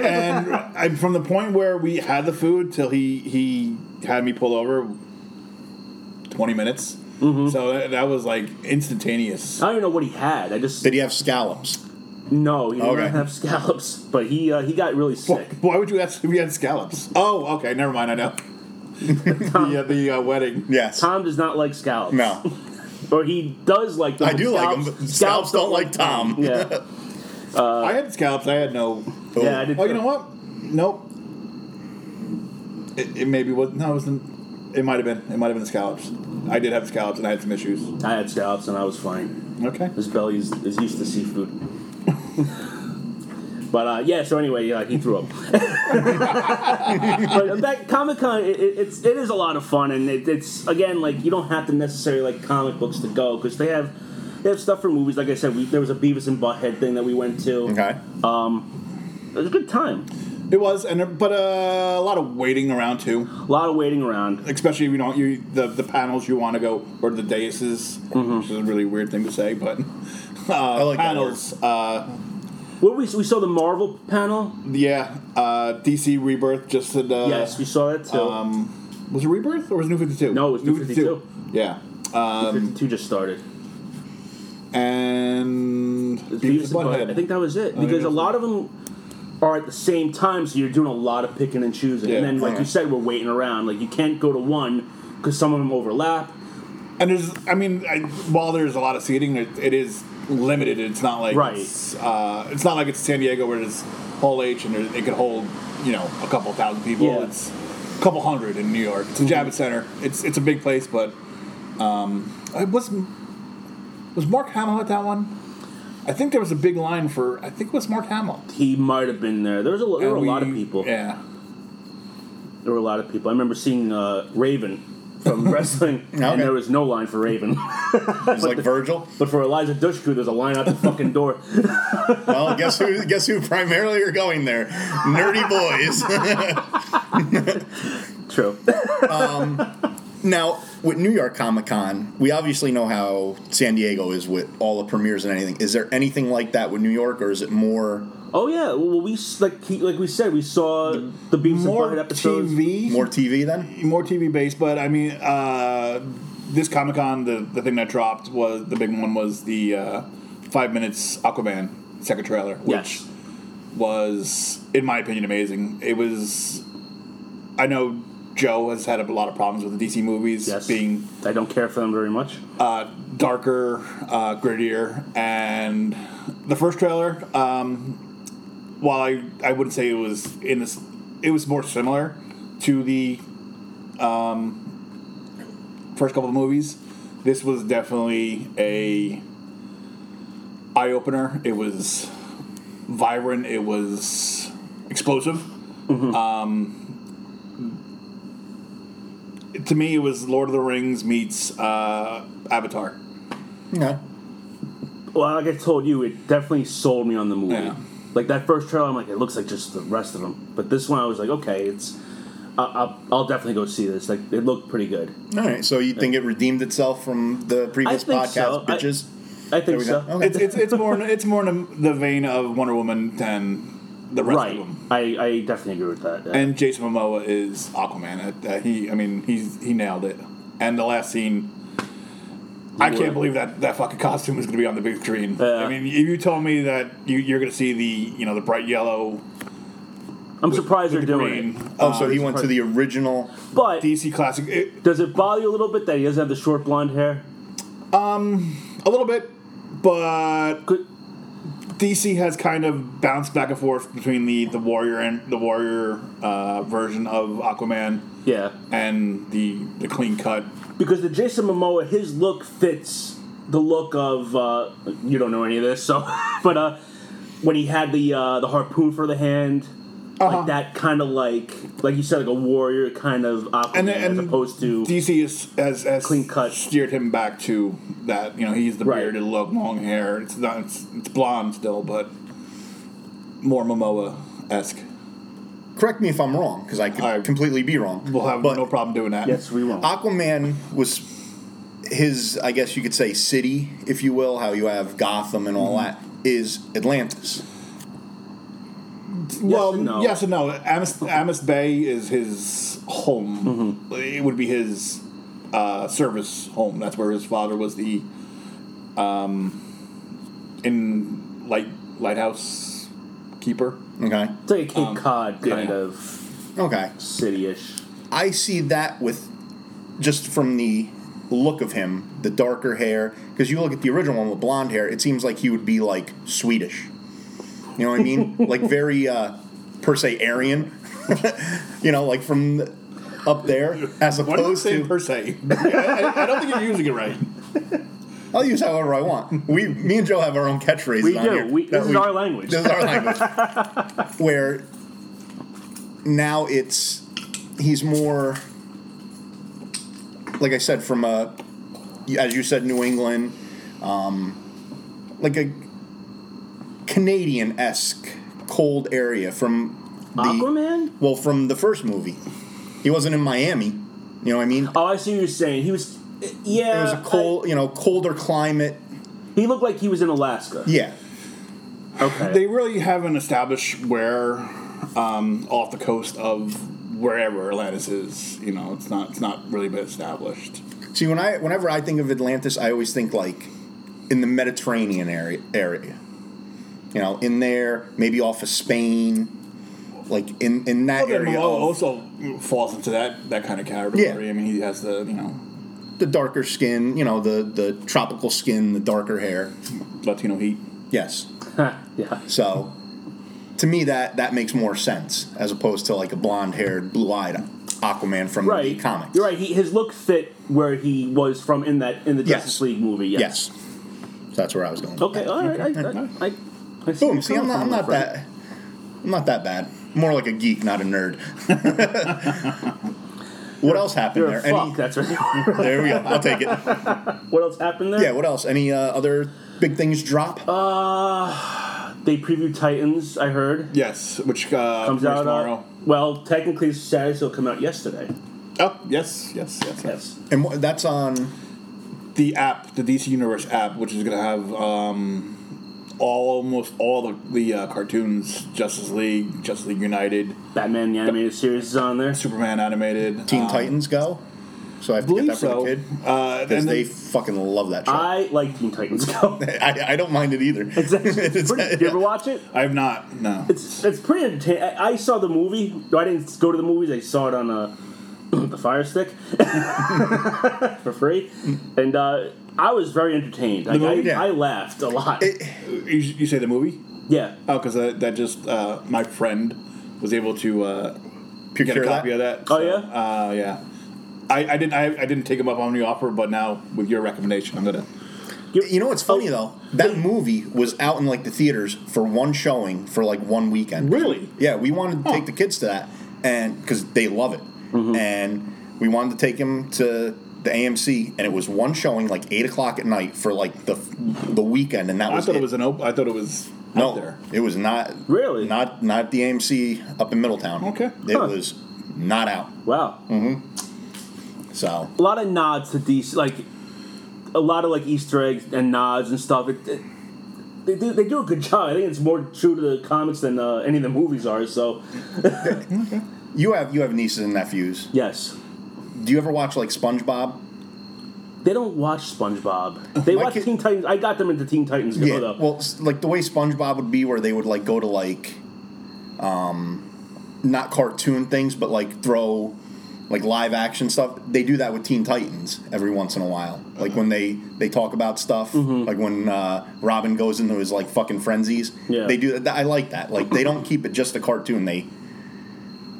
E: and I, from the point where we had the food till he he had me pull over, twenty minutes.
C: Mm-hmm.
E: So that, that was like instantaneous.
C: I don't even know what he had. I just
D: Did he have scallops?
C: no, he didn't
D: Okay.
C: have scallops, but he uh, he got really sick.
E: Why would you ask if we had scallops? Oh, okay, never mind. I know. the uh, the uh, wedding.
D: Yes.
C: Tom does not like scallops.
D: No.
C: or he does like them.
D: I do like 'em,
C: scallops,
D: but scallops don't like Tom.
C: Yeah,
E: I had scallops. I had no.
C: yeah. I did
E: Oh, you
C: too.
E: know what? Nope. It, it maybe was no. It wasn't. It might have been. It might have been scallops. I did have scallops, and I had some issues.
C: I had scallops and I was fine.
E: Okay.
C: His belly is, is used to seafood. but uh, yeah, so anyway, uh, he threw up. but that Comic Con, it, it- it's it is a lot of fun, and it, it's again like you don't have to necessarily like comic books to go because they have they have stuff for movies. Like I said, we, there was a Beavis and Butthead thing that we went to.
D: Okay.
C: It was a good time.
E: It was, and but uh, a lot of waiting around too,
C: A lot of waiting around.
E: especially if you don't you the the panels you want to go or the daises,
C: Mm-hmm.
E: which is a really weird thing to say, but uh,
D: like that
E: panels. Uh,
C: What we we saw the Marvel panel.
E: yeah, uh, DC Rebirth just did. Uh,
C: yes, we saw that too.
E: Um, was it Rebirth or was it New Fifty Two?
C: No, it was New
E: 52. Yeah,
C: Fifty two just started.
E: and
C: Beavis
E: Beavis
C: and Butthead.
E: Butthead.
C: I think that was it
E: think
C: because
E: it
C: a
E: was-
C: lot of them are at the same time, so you're doing a lot of picking and choosing.
E: Yeah.
C: And then, like you
D: Mhm.
C: said, we're waiting around. Like you can't go to one because some of them overlap.
E: And there's, I mean, I, while there's a lot of seating, it, it is limited. It's not like
C: Right.
E: it's, uh, it's not like it's San Diego where there's Hall H and there's, it could hold you know a couple thousand people.
C: Yeah. Mm-hmm.
E: It's a couple hundred in New York. It's a Javits Center. It's it's a big place, but um, I was was Mark Hamill at that one? I think there was a big line for. I think it was Mark Hamill.
C: He might have been there. There was a, lo- there were
E: And
C: a lot of
E: we-
C: people.
E: Yeah.
C: There were a lot of people. I remember seeing uh, Raven from wrestling,
D: Okay.
C: and there was no line for Raven,
D: It's like Virgil.
C: but for Eliza Dushku, there's a line out the fucking door.
D: Well, guess who? Guess who? Primarily are going there. Nerdy boys.
C: True.
D: now with New York Comic Con, we obviously know how San Diego is with all the premieres and anything. Is there anything like that with New York, or is it more
C: oh yeah. Well, we s- like he, like we said, we saw the, Beavis
E: More
C: and Butthead episodes.
E: TV.
D: more TV then?
E: more TV based, but I mean, uh, this Comic Con, the, the thing that dropped was the big one was the uh, five minutes Aquaman second trailer, which
C: Yes.
E: was, in my opinion, amazing. It was. I know Joe has had a lot of problems with the DC movies
C: Yes.
E: being
C: I don't care for them very much.
E: uh, darker, uh, grittier, and the first trailer. Um, while I, I wouldn't say it was in this, it was more similar to the um, first couple of movies. This was definitely a eye opener. It was vibrant. It was explosive. Um, to me, it was Lord of the Rings meets uh, Avatar.
D: Yeah.
C: Well, like I told you, it definitely sold me on the movie.
E: Yeah.
C: Like that first trailer, I'm like, it looks like just the rest of them. But this one, I was like, okay, it's, I, I, I'll definitely go see this. Like it looked pretty good.
D: All right. So you think it redeemed itself from the previous
C: think
D: podcast,
C: so. I-
D: bitches?
C: I think
D: we go.
C: so.
D: Okay.
E: it's, it's, it's more in- it's more in the vein of Wonder Woman than the rest
C: right.
E: of them.
C: I, I definitely agree with that. yeah.
E: And Jason Momoa is Aquaman. Uh, uh, he, I mean, he's he nailed it. And the last scene, I
C: Yeah.
E: can't believe that that fucking costume is going to be on the big screen.
C: Yeah.
E: I mean, if you told me that you, you're going to see the you know the bright yellow,
C: I'm surprised they're
E: the
C: doing
E: green,
C: it.
D: Oh, so he went to the original.
C: But
E: DC classic, it,
C: does it bother you a little bit that he doesn't have the short blonde hair?
E: a little bit, but
C: Could-
E: DC has kind of bounced back and forth between the the warrior and the warrior uh, version of Aquaman
C: Yeah.
E: and the the clean cut.
C: Because the Jason Momoa, his look fits the look of uh, you don't know any of this, so but uh, when he had the uh, the harpoon for the hand,
E: Uh-huh.
C: like that kind of like like you said, like a warrior kind of Aquaman
E: And-
C: as
E: and
C: opposed to
E: DC is has, has
C: Clean cut.
E: steered him back to that. You know, he's the
C: Right.
E: bearded look, long hair. It's not it's, it's blonde still, but more Momoa esque.
D: Correct me if I'm wrong, because I could
E: I-
D: completely be wrong.
E: We'll have
D: but
E: no problem doing that.
C: yes, we won't.
D: Aquaman was his, I guess you could say, city, if you will, how you have Gotham and all
E: Mm-hmm.
D: that, is Atlantis.
E: well,
C: and no.
E: yes and no. Amos, Amos Bay is his home.
C: Mm-hmm.
E: It would be his uh, service home. That's where his father was the um, in light lighthouse keeper.
D: Okay.
C: It's like a Cape Cod kind
E: yeah.
C: of
D: Okay.
C: city-ish.
D: I see that with just from the look of him, the darker hair. Because you look at the original one with blonde hair, it seems like he would be like Swedish. You know what I mean? like very uh, per se Aryan. you know, like from the- up there as
E: What did you
D: opposed
E: say
D: to.
E: per se? I, I- I don't think you're using it right.
D: I'll use however I want. We, me and Joe have our own catchphrases.
C: We
D: on
C: do.
D: here
C: We,
D: that
C: this is our language.
D: This is our language. Where now it's he's more like I said from a as you said New England, um, like a Canadian esque cold area from the
C: Aquaman?
D: well from the first movie. He wasn't in Miami. You know what I mean?
C: Oh, I see what you're saying. He was, yeah.
D: It was a cold, you know, colder climate.
C: I- he looked like he was in Alaska.
D: Yeah,
C: Okay.
E: They really haven't established where um, off the coast of wherever Atlantis is. You know, it's not it's not really been established.
D: See, when I whenever I think of Atlantis, I always think like in the Mediterranean area. area. You know, in there, maybe off of Spain, like in in that
E: Well, then
D: area,
E: Momoa
D: of
E: also falls into that that kind of category.
D: Yeah.
E: I mean, he has the you know
D: the darker skin. You know, the the tropical skin, the darker hair.
E: Latino heat.
D: Yes.
C: yeah.
D: So, to me, that that makes more sense as opposed to like a blonde haired, blue eyed Aquaman from the
C: Right.
D: comics.
C: You're right. He, his look fit where he was from in that in the
D: Yes.
C: Justice League movie. Yes.
D: Yes. So that's where I was going. with
C: Okay.
D: that.
C: All right. I, I, I, I see
D: Boom.
C: where
D: See,
C: you're
D: I'm not, I'm
C: coming
D: not
C: from, my friend.
D: that. I'm not that bad. More like a geek, not a nerd. what else happened
C: You're a
D: there?
C: fuck.
D: Any,
C: That's right.
D: there we go. I'll take it.
C: what else happened there?
D: Yeah. What else? Any uh, other big things drop?
C: Uh, they previewed Titans. I heard
E: Yes, which uh,
C: comes out. Uh,
E: tomorrow.
C: well, technically, Saturday, so it'll come out yesterday.
E: Oh yes, yes, yes, yes.
C: Yes.
D: and wh- that's on.
E: The app, the DC Universe app, which is going to have um, all, almost all the, the uh, cartoons: Justice League, Justice League United,
C: Batman the animated series is on there.
E: Superman animated,
D: Teen
C: uh,
E: um,
D: Titans Go. So I have to get
E: believe
D: that for
E: so.
D: the kid
E: Uh, and
D: because
E: then-
D: they fucking love that show.
C: I
D: I,
C: like Teen Titans Go.
D: I, don't mind it either.
C: It's actually pretty. You ever watch it?
E: I have not. No.
C: It's it's pretty entertaining. I, I saw the movie. No, I didn't go to the movies. I saw it on uh, the Fire Stick for free, and uh, I was very entertained. Like, I,
E: movie?
D: Yeah.
C: I laughed a lot.
E: you, you say the movie?
C: yeah,
E: Oh, because that, that just uh, my friend was able to uh, get
D: Procure
E: a copy
D: that?
E: of that.
C: Oh, yeah?
E: Uh, yeah. I, I didn't I, I didn't take him up on the offer, but now with your recommendation, I'm gonna.
D: You know what's
C: Oh,
D: funny though? That movie was out in like the theaters for one showing for like one weekend.
E: Really?
D: Yeah, we wanted to take the kids to that, and because they love it,
E: Mm-hmm.
D: and we wanted to take them to the AMC, and it was one showing like eight o'clock at night for like the the weekend, and that
E: I
D: was.
E: thought it was an op- I thought it was
D: no,
E: out there.
D: it was not
C: Really?
D: not not the AMC up in Middletown.
E: Okay.
D: it
C: Huh.
D: was not out.
C: wow.
D: So
C: A lot of nods to DC, like a lot of like Easter eggs and nods and stuff. It, it, they do they do a good job. I think it's more true to the comics than uh, any of the movies are. So
D: You have you have nieces and nephews.
C: yes,
D: Do you ever watch like SpongeBob?
C: they don't watch SpongeBob. They
D: My
C: watch
D: kid-
C: Teen Titans. I got them into Teen Titans Go though.
D: Well, s- like the way SpongeBob would be, where they would like go to like, um, not cartoon things, but like throw like live action stuff. They do that with Teen Titans every once in a while.
C: Uh-huh.
D: Like when they they talk about stuff,
C: Mm-hmm.
D: like when uh, Robin goes into his like fucking frenzies.
C: Yeah.
D: They do that. I like that. Like they don't keep it just a cartoon. They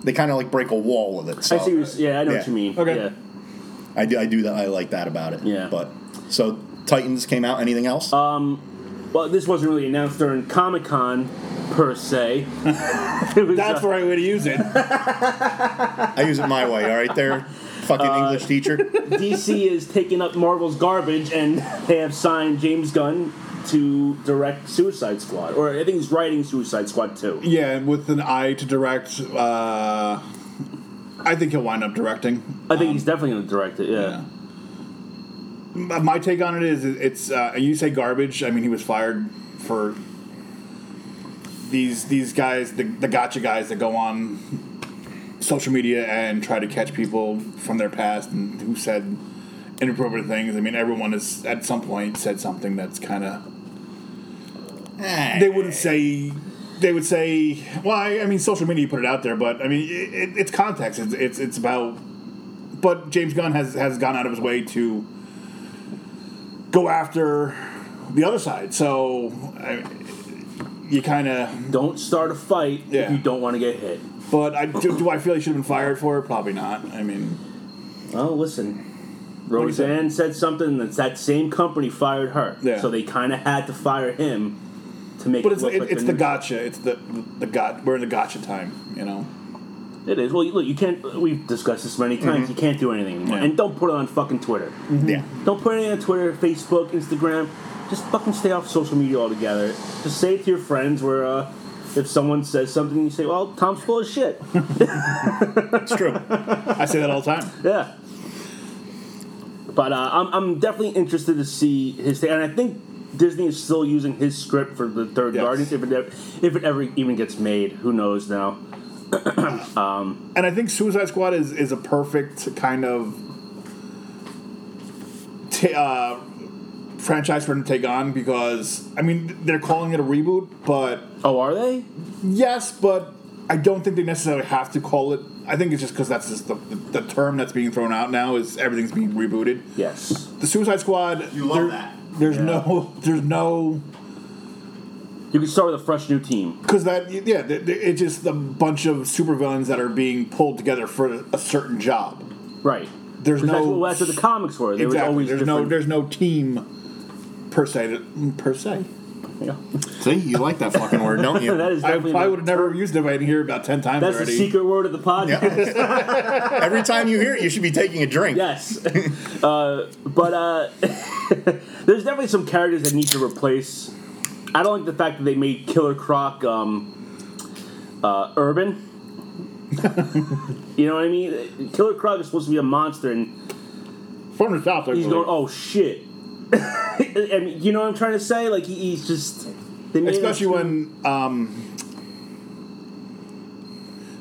D: they kind of like break a wall with it. So
C: I see. What you're, s- yeah, I know what
D: Yeah.
C: you mean.
E: Okay.
C: Yeah.
D: I do I do that. I like that about it.
C: Yeah.
D: But so Titans came out. Anything else?
C: Well, this wasn't really announced during Comic Con per se. It was,
E: That's
C: uh,
E: the right way to use it.
D: I use it my way. All right, there, fucking English teacher.
C: DC is taking up Marvel's garbage, and they have signed James Gunn to direct Suicide Squad, or I think he's writing Suicide Squad too.
E: Yeah, with an eye to direct. Uh, I think he'll wind up directing.
C: I think he's definitely going to direct it. Yeah.
E: My my take on it is, it's uh, you say garbage. I mean, he was fired for these these guys, the, the gotcha guys that go on social media and try to catch people from their past and who said inappropriate things. I mean, everyone has at some point said something that's kind of they wouldn't say they would say well I, I mean social media put it out there but i mean it, it, it's context it's, it's it's about but james gunn has has gone out of his way to go after the other side so I, you kind of
C: Don't start a fight if
E: Yeah.
C: you don't want to get hit.
E: but i do, do i feel he should have been fired for it probably not i mean
C: Well, listen.
E: do you say?
C: Roseanne said something that's that same company fired her.
E: Yeah.
C: So they kind of had to fire him to make
E: but
C: it
E: it's
C: look
E: it,
C: like
E: it's
C: they're
E: the
C: neutral.
E: gotcha it's the the got we're in the gotcha time you know
C: It is. Well, you- look, you can't. We've discussed this many times. You can't do anything anymore.
E: Yeah.
C: And don't put it on fucking Twitter.
D: Yeah.
C: Don't put anything on Twitter, Facebook, Instagram. Just fucking stay off social media altogether. Just say it to your friends where uh, if someone says something, you say, well, Tom's full of shit.
D: It's true.
E: i say that all the time
C: yeah. But uh, I'm, I'm definitely interested to see his thing. And I think Disney is still using his script for the third
E: Yes.
C: Guardians, if it, ever, if it ever even gets made. Who knows now?
E: and I think Suicide Squad is is a perfect kind of t- uh, franchise for them to take on because I mean they're calling it a reboot, but
C: Oh, are they?
E: yes, but I don't think they necessarily have to call it. I think it's just because that's just the, the, the term that's being thrown out now is everything's being rebooted.
C: Yes.
E: The Suicide Squad,
D: You love that.
E: There's no, there's no
C: You can start with a fresh new team.
E: Because that, yeah, th- th- it's just a bunch of supervillains that are being pulled together for a certain job.
C: Right.
E: There's
C: 'Cause that's
E: no-
C: what, well, that's what the comics were. There
E: exactly.
C: was always
E: there's no
C: different-
E: there's no team per se that- per se.
C: Yeah.
D: See, you like that fucking word, don't you?
C: that is
E: I
C: definitely
E: probably
C: the-
E: would have never used it if I didn't hear it about ten times
C: that's the
E: already.
C: secret word of the podcast.
D: Yeah. Every time you hear it, you should be taking a drink.
C: Yes. uh, but uh, there's definitely some characters that need to replace. I don't like the fact that they made Killer Croc um, uh, urban. you know what I mean? Killer Croc is supposed to be a monster, and
E: From the south, I
C: he's
E: believe.
C: going, "Oh shit!" I mean, you know what I'm trying to say? Like he, he's just. They made him-
E: especially when um,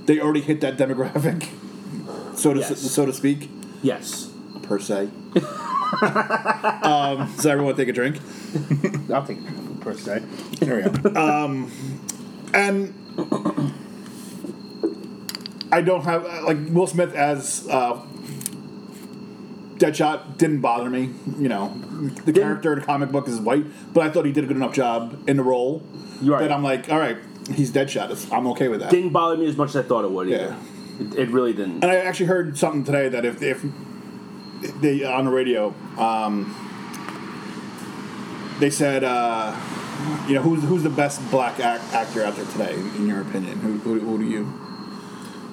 E: they already hit that demographic, so to
C: Yes.
E: so to speak,
C: yes.
E: per se. um, does everyone take a drink?
D: I'll take per se. There we go.
E: Um, and I don't have uh, like Will Smith as uh, Deadshot didn't bother me. You know, the character in the comic book is white, but I thought he did a good enough job in the role
C: You're right.
E: that I'm like, all right, he's Deadshot. It's- I'm okay with that.
C: didn't bother me as much as I thought it would. Either. It, it really didn't.
E: And I actually heard something today that if if they on the radio, um, they said, uh, you know, who's who's the best black act, actor out there today, in your opinion? Who, who, who do you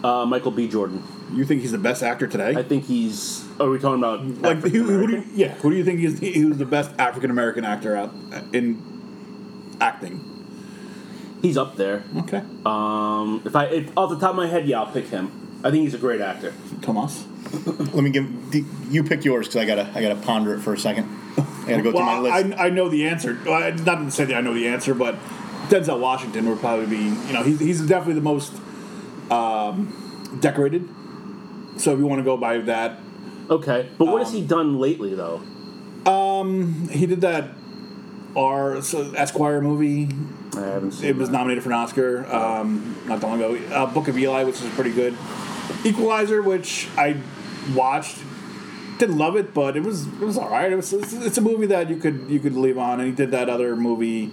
C: Uh, Michael B. Jordan.
E: you think he's the best actor today?
C: I think he's. Are we talking about
E: like who, who do you, yeah, who do you think is the, who's the best African American actor out in acting?
C: He's up there.
E: Okay,
C: Um, if I if, off the top of my head, yeah, I'll pick him. I think he's a great actor.
E: Tomas.
D: Let me give d- you pick yours because I gotta I gotta ponder it for a second. I gotta go
E: well,
D: through my list.
E: I, I know the answer. Well, I- Not to say that I know the answer, but Denzel Washington would probably be, you know, he's, he's definitely the most um, decorated. So if you want to go by that,
C: Okay, but what
E: Um,
C: has he done lately though?
E: he did that R so Esquire movie.
C: I haven't seen.
E: It was nominated for an Oscar um, not that long ago. Uh, Book of Eli, which is pretty good. Equalizer, which I watched, didn't love it, but it was it was all right. It was it's, it's a movie that you could you could leave on. And he did that other movie,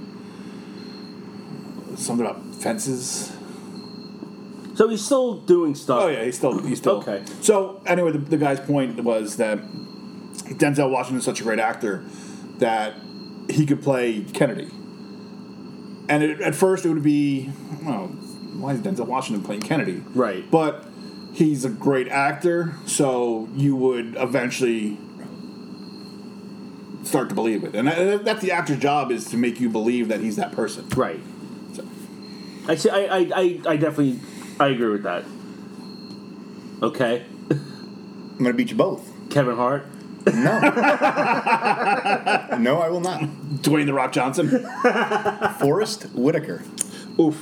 E: something about fences.
C: So he's still doing stuff.
E: Oh yeah, he's still he's still
C: Okay.
E: So anyway, the, the guy's point was that Denzel Washington is such a great actor that he could play Kennedy. And it, at first, it would be, well, why is Denzel Washington playing Kennedy?
C: Right.
E: But he's a great actor, so you would eventually start to believe it. And that, that's the actor's job is to make you believe that he's that person.
C: Right.
E: So-
C: I see. I, I, I, I definitely I agree with that. Okay,
D: I'm gonna beat you both.
C: Kevin Hart.
D: No. no, I will not.
E: Dwayne The Rock Johnson.
D: Forrest Whitaker.
E: Oof.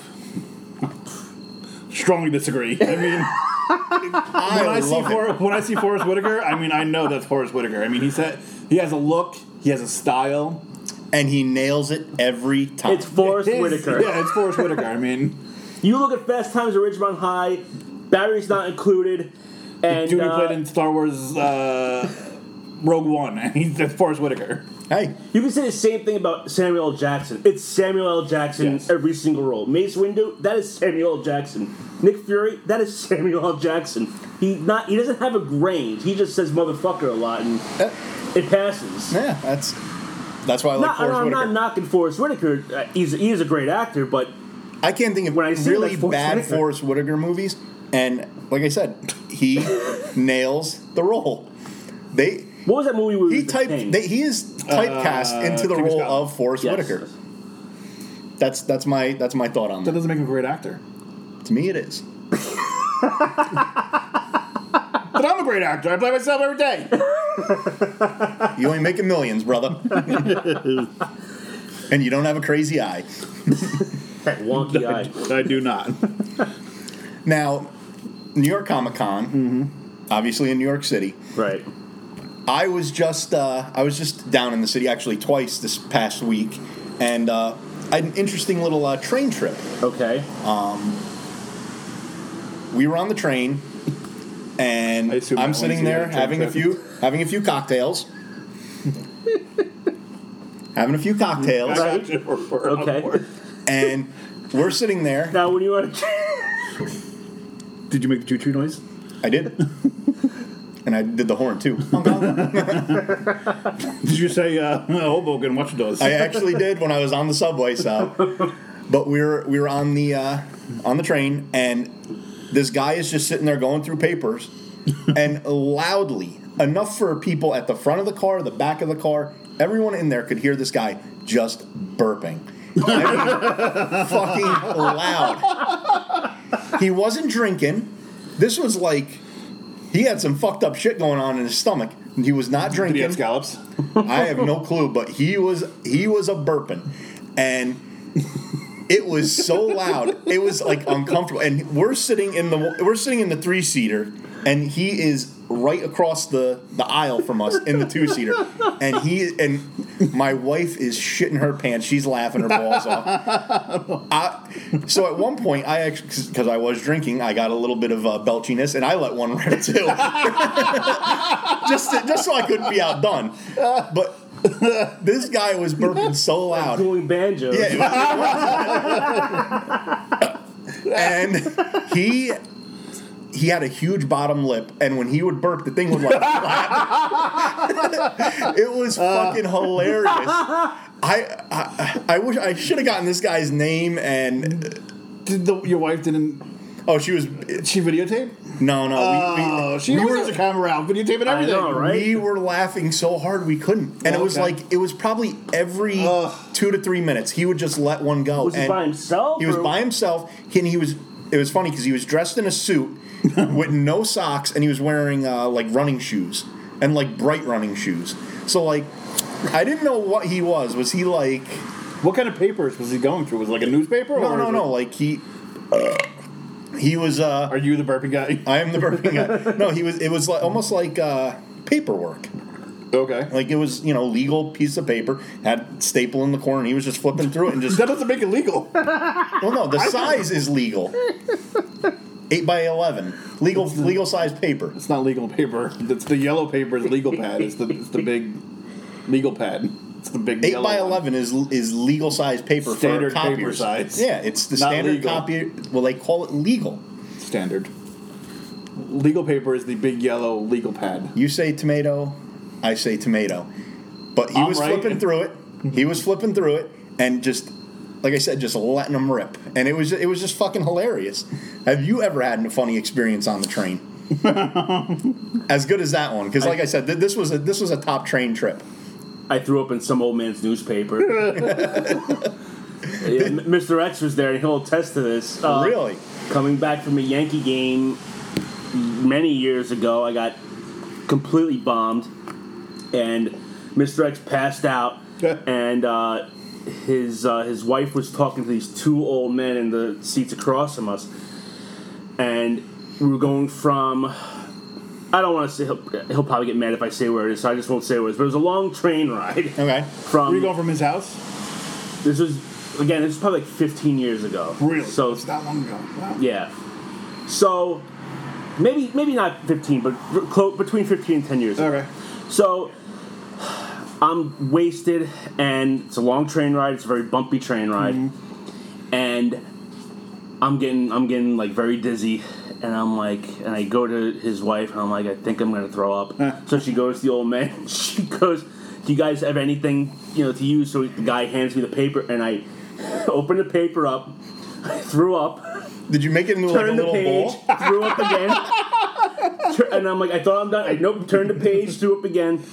E: Strongly disagree. I mean,
D: I,
E: when I see
D: love it.
E: For, when I see Forrest Whitaker, I mean, I know that's Forrest Whitaker. I mean, he said he has a look, he has a style.
D: And he nails it every time.
C: It's Forrest
E: His-
C: Whitaker.
E: Yeah, it's Forrest Whitaker. I mean,
C: You look at Fast Times at Ridgemont High. Batteries not included. And
E: dude who
C: uh,
E: played in Star Wars uh, Rogue One, and he's that's Forrest Whitaker.
D: hey,
C: you can say the same thing about Samuel L. Jackson. It's Samuel L. Jackson
E: Yes.
C: every single role. Mace Windu, that is Samuel L. Jackson. Nick Fury, that is Samuel L. Jackson. He not he doesn't have a range. He just says motherfucker a lot and
D: that-
C: it passes.
D: yeah, that's that's why I like
C: Not-
D: Forrest
C: I'm
D: Whitaker.
C: not knocking Forrest Whitaker. Uh, he's he is a great actor, but
D: I can't think of
C: When I see him,
D: really
C: that's Forrest
D: bad
C: Whitaker.
D: Forrest Whitaker movies. And like I said, he nails the role. They
C: what was that movie? With
D: he
C: the
D: typed
C: thing?
D: they, he is typecast
E: Uh,
D: into the
E: King's
D: role
E: Bound.
D: of Forrest
C: Yes.
D: Whitaker. That's that's my that's my thought on
E: That
D: that.
E: doesn't make him a great actor.
D: To me, it is.
E: But I'm a great actor. I play myself every day.
D: You ain't making millions, brother. and you don't have a crazy eye.
C: That wonky eye.
E: I do not.
D: Now, New York Comic Con,
C: Mm-hmm.
D: obviously in New York City.
C: Right.
D: I was just uh, I was just down in the city actually twice this past week, and uh, I had an interesting little uh, train trip.
C: Okay.
D: We were on the train, and
E: I assume
D: I'm
E: that
D: sitting
E: one's the
D: there
E: other train
D: having a
E: trip.
D: few having a few cocktails, having a few cocktails,
C: Okay.
D: and we're sitting there.
C: Now, when you want to,
E: Did you make the choo choo noise?
D: I did, and I did the horn too.
E: Did you say uh, Hoboken? Watch those.
D: I actually did when I was on the subway. So, but we were we were on the uh, on the train, and this guy is just sitting there going through papers, and loudly enough for people at the front of the car, the back of the car, everyone in there could hear this guy just burping. I mean, fucking loud. He wasn't drinking. This was like he had some fucked up shit going on in his stomach. He was not
E: Did he have
D: drinking.
E: scallops?
D: I have no clue, but he was he was a burping, and it was so loud, it was like uncomfortable. And we're sitting in the we're sitting in the three seater, and he is right across the the aisle from us in the two seater, and he and my wife is shitting her pants. She's laughing her balls off. I, so at one point, I actually because I was drinking, I got a little bit of uh, belchiness, and I let one rip too just to, just so I couldn't be outdone. But this guy was burping so loud.
C: doing banjo.
D: Yeah, it was- it was. and he he had a huge bottom lip, and when he would burp, the thing would like flap. it was
C: Uh.
D: fucking hilarious. I, I I wish I should have gotten this guy's name and
E: Did the, your wife didn't?
D: oh she was
E: Did she videotape?
D: no no we, we,
E: Oh, she
D: we
E: always
D: were-
E: has a camera out, videotaping
C: I
E: everything.
C: know, Uh, right?
D: We were laughing so hard we couldn't, and it was
E: Okay.
D: like it was probably every
E: Ugh.
D: two to three minutes he would just let one go.
C: Was
D: and
C: he by himself?
D: He was
C: or-
D: by himself, and he was. It was funny because he was dressed in a suit with no socks, and he was wearing uh, like running shoes and like bright running shoes. So like I didn't know what he was. Was he like?
E: What kind of papers was he going through? Was it like a newspaper?
D: No,
E: or
D: no,
E: was
D: no.
E: it-
D: Like he, he was. uh
E: Are you the burping guy?
D: I am the burping guy. No, he was. It was like almost like uh, paperwork.
E: Okay.
D: Like it was, you know, legal piece of paper had staple in the corner. and He was just flipping through it and just.
E: That doesn't make it legal.
D: Well, no, the size is legal. Eight by eleven, legal legal size paper.
E: It's not legal paper. It's the yellow paper is legal pad. It's the it's the big legal pad. It's the big
D: Eight
E: yellow
D: by
E: one.
D: eleven is is legal size paper
E: Standard
D: for
E: paper
D: copiers.
E: size.
D: Yeah, it's the
E: Not
D: standard
E: legal.
D: copy. Well, they call it legal.
E: standard. Legal paper is the big yellow legal pad.
D: You say tomato, I say tomato. But he
E: I'm
D: was
E: right.
D: flipping through it. He was flipping through it and just like I said, just letting them rip. And it was it was just fucking hilarious. Have you ever had a funny experience on the train? as good as that one, because like I, said, th- this was a this was a top train trip.
C: I threw up in some old man's newspaper. Yeah, M- Mr. X was there, and he'll attest to this.
E: Um,
C: Uh,
D: really?
C: Coming back from a Yankee game many years ago, I got completely bombed, and Mr. X passed out, and uh, his uh, his wife was talking to these two old men in the seats across from us, and we were going from. I don't want to say he'll, he'll probably get mad if I say where it is, so I just won't say where it is. But it was a long train ride
D: Okay.
C: from
E: Were you going from his house?
C: this was again. This was probably like 15 years ago. So
E: it's not long ago. Wow.
C: yeah. So maybe maybe not 15, but r- clo- between 15 and 10 years. ago.
E: Okay.
C: So I'm wasted, and it's a long train ride. It's a very bumpy train ride, and I'm getting I'm getting like very dizzy, and I'm like, and I go to his wife, and I'm like, I think I'm gonna throw up. so she goes to the old man. and She goes, Do you guys have anything you know to use? So the guy hands me the paper, and I open the paper up. I threw up
D: Did you make it into like a
C: turned the
D: little
C: page,
D: bowl?
C: threw up again. Tur- and I'm like, I thought I'm done. I nope, turned the page, threw up again.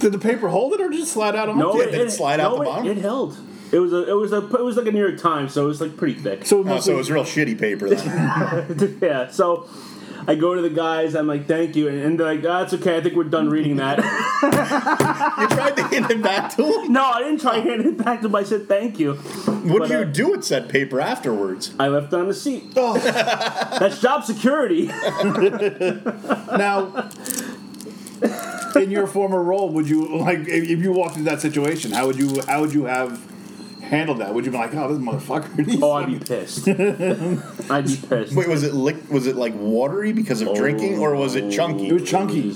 E: Did the paper hold it or just slide out on?
C: No,
D: Yeah, did it slide out
C: no,
D: the
C: it-
D: bottom?
C: It, held. It was a, it was a, it was like a New York Times, so it was like pretty thick.
E: So, it
D: Oh,
E: must
D: so it
E: be-
D: was real shitty paper then.
C: yeah, so I go to the guys. I'm like, thank you, and, and they're like, that's okay. I think we're done reading that.
D: you tried to hand it back to him.
C: no, I didn't try handing it back to them. I said thank you.
D: What
C: But,
D: do you
C: uh,
D: do with said paper afterwards?
C: I left it on the seat.
E: Oh,
C: That's job security.
E: now. In your former role, would you like if if you walked into that situation? How would you how would you have handled that? Would you be like, oh, this motherfucker?
C: oh, I'd be pissed. I'd be pissed.
D: Wait, was it lick, was it like watery because of drinking, or was it chunky?
E: it was chunky.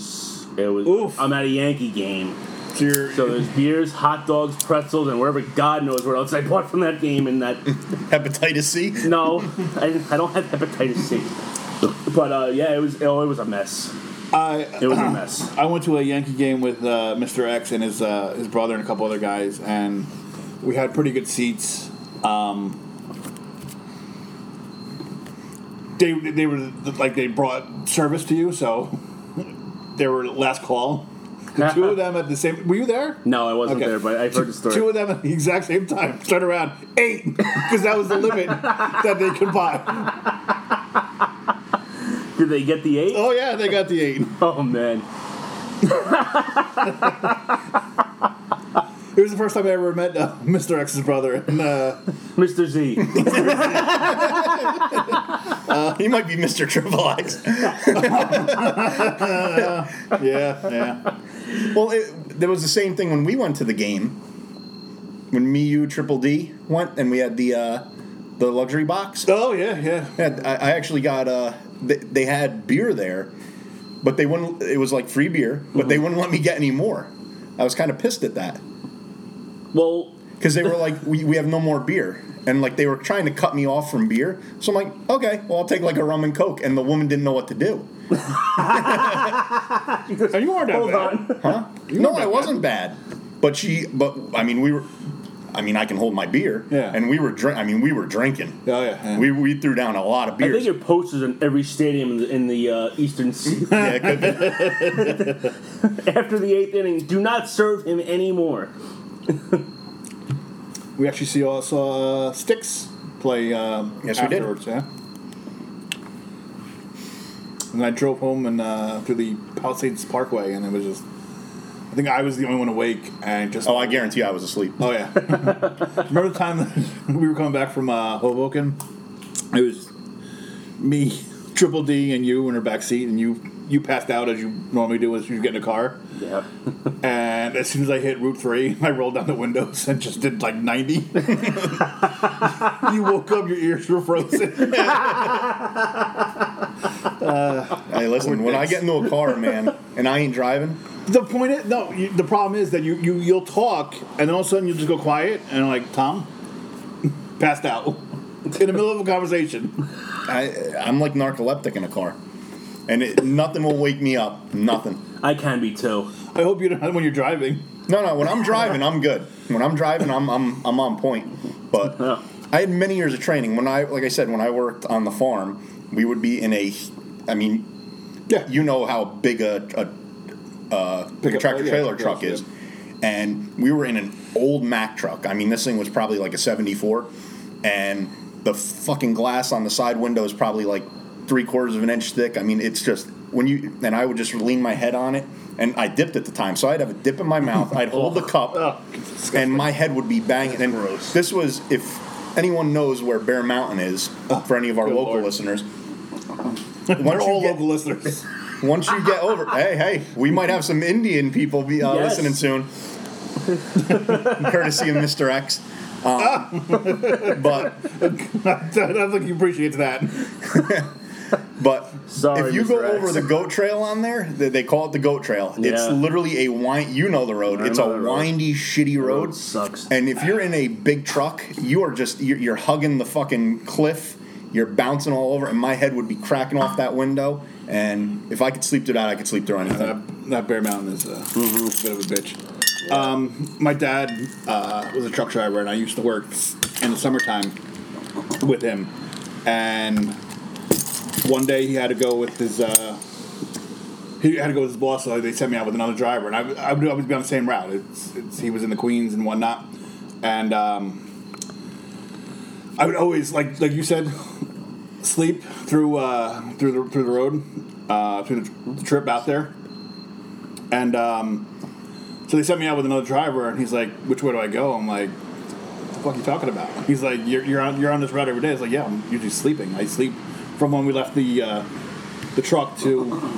C: It was.
E: Oof.
C: I'm at a Yankee game.
E: So you're-
C: So there's beers, hot dogs, pretzels, and wherever God knows where else I bought from that game. And that
D: Hepatitis C.
C: no, I, I don't have hepatitis C. But uh, yeah, it was oh, it was a mess.
E: I
C: It was a mess.
E: I went to a Yankee game with uh, Mr. X and his uh, his brother and a couple other guys, and we had pretty good seats. Um, they they were like they brought service to you, so they were last call. The two of them at the same. Were you there?
C: No, I wasn't
E: Okay.
C: there, but I've heard the story.
E: Two of them at the exact same time. Turn around, eight, because that was the limit that they could buy.
C: Did they get the eight?
E: Oh yeah, they got the eight.
C: Oh man,
E: It was the first time I ever met uh, Mr. X's brother, and uh,
C: Mr. Z.
D: He might be Mr. Triple X.
E: yeah, yeah.
D: Well, it, there was the same thing when we went to the game. When me, you, Triple D went, and we had the uh, the luxury box.
E: Oh yeah, yeah.
D: And I, I actually got uh, they, they had beer there, but they wouldn't. It was like free beer, but they wouldn't let me get any more. I was kind of pissed at that
C: Well,
D: because they were like, we, "We have no more beer," and like they were trying to cut me off from beer. So I'm like, "Okay, well, I'll take like a rum and coke," and the woman didn't know what to do.
E: And you are that
C: hold
E: bad.
C: on.
D: no, I wasn't bad. But she, but I mean, we were. I mean, I can hold my beer.
E: Yeah.
D: And we were drink. I mean, we were drinking.
E: Oh yeah. yeah.
D: We, we threw down a lot of
C: I
D: beers.
C: think your posters in every stadium in the, in the uh, Eastern Sea.
D: yeah, it could be.
C: After the eighth inning, do not serve him anymore.
E: we actually see also uh, sticks play. Um,
D: Yes, we did.
E: afterwards, we did. Yeah. And I drove home and uh, through the Palisades Parkway, and it was just I think I was the only one awake and just.
D: Oh, I guarantee I was asleep.
E: Oh yeah. Remember the time we were coming back from uh, Hoboken? It was me, Triple D, and you in her back seat, and you you passed out as you normally do as you get in a car.
C: Yeah.
E: And as soon as I hit Route Three, I rolled down the windows and just did like ninety. you woke up, your ears were frozen.
D: Hey, listen, when I get into a car, man, and I ain't driving,
E: the point is, no. You, the problem is that you you you'll talk, and all of a sudden you just go quiet, and I'm like Tom passed out in the middle of a conversation.
D: I, I'm like narcoleptic in a car, and it, nothing will wake me up. Nothing.
C: I can be too.
E: I hope you don't when you're driving.
D: No, no. When I'm driving, I'm good. When I'm driving, I'm I'm I'm on point. But
C: Yeah.
D: I had many years of training. When I, like I said, when I worked on the farm, we would be in a, I mean,
E: Yeah.
D: you know how big a, a, uh
E: Pickup,
D: tractor
E: yeah,
D: trailer
E: tractor
D: truck
E: trailers,
D: is, and we were in an old Mack truck. I mean, this thing was probably like a '74, and the fucking glass on the side window is probably like three quarters of an inch thick. I mean, it's just when you and I would just lean my head on it. And I dipped at the time, so I'd have a dip in my mouth. I'd hold the cup,
E: Oh,
D: and my head would be banging. And this was, if anyone knows where Bear Mountain is, for any of our
E: Uh, good
D: local
E: Lord.
D: listeners,
E: We're
D: once you
E: all
D: get-
E: local listeners.
D: once you get over, hey, hey, we might have some Indian people be uh,
C: Yes.
D: listening soon, courtesy of Mister X.
C: Ah.
D: Um, but
E: I don't think he appreciates that.
D: but
C: Sorry,
D: if you go
C: Mr. X.
D: over the goat trail on there, they, they call it the goat trail. It's
C: Yeah.
D: literally a wind. You know the road.
C: I
D: it's a
C: know the road.
D: windy, shitty road.
C: road sucks.
D: And if you're in a big truck, you are just you're, you're hugging the fucking cliff. You're bouncing all over, and my head would be cracking off that window. And if I could sleep through that, I could sleep through anything.
C: Uh,
E: That, that Bear Mountain is a, bit of a bitch. Um, my dad uh, was a truck driver, and I used to work in the summertime with him. And one day he had to go with his uh, he had to go with his boss, so they sent me out with another driver, and I, I would always be on the same route. It's, it's, he was in the Queens and whatnot, and um, I would always like like you said, sleep through uh, through the through the road, uh, through the trip out there, and um, so they sent me out with another driver, and he's like, "Which way do I go?" I'm like, "What the fuck are you talking about?" He's like, "You're, you're on you're on this route every day." It's like, "Yeah, I'm usually sleeping. I sleep from when we left the uh, the truck to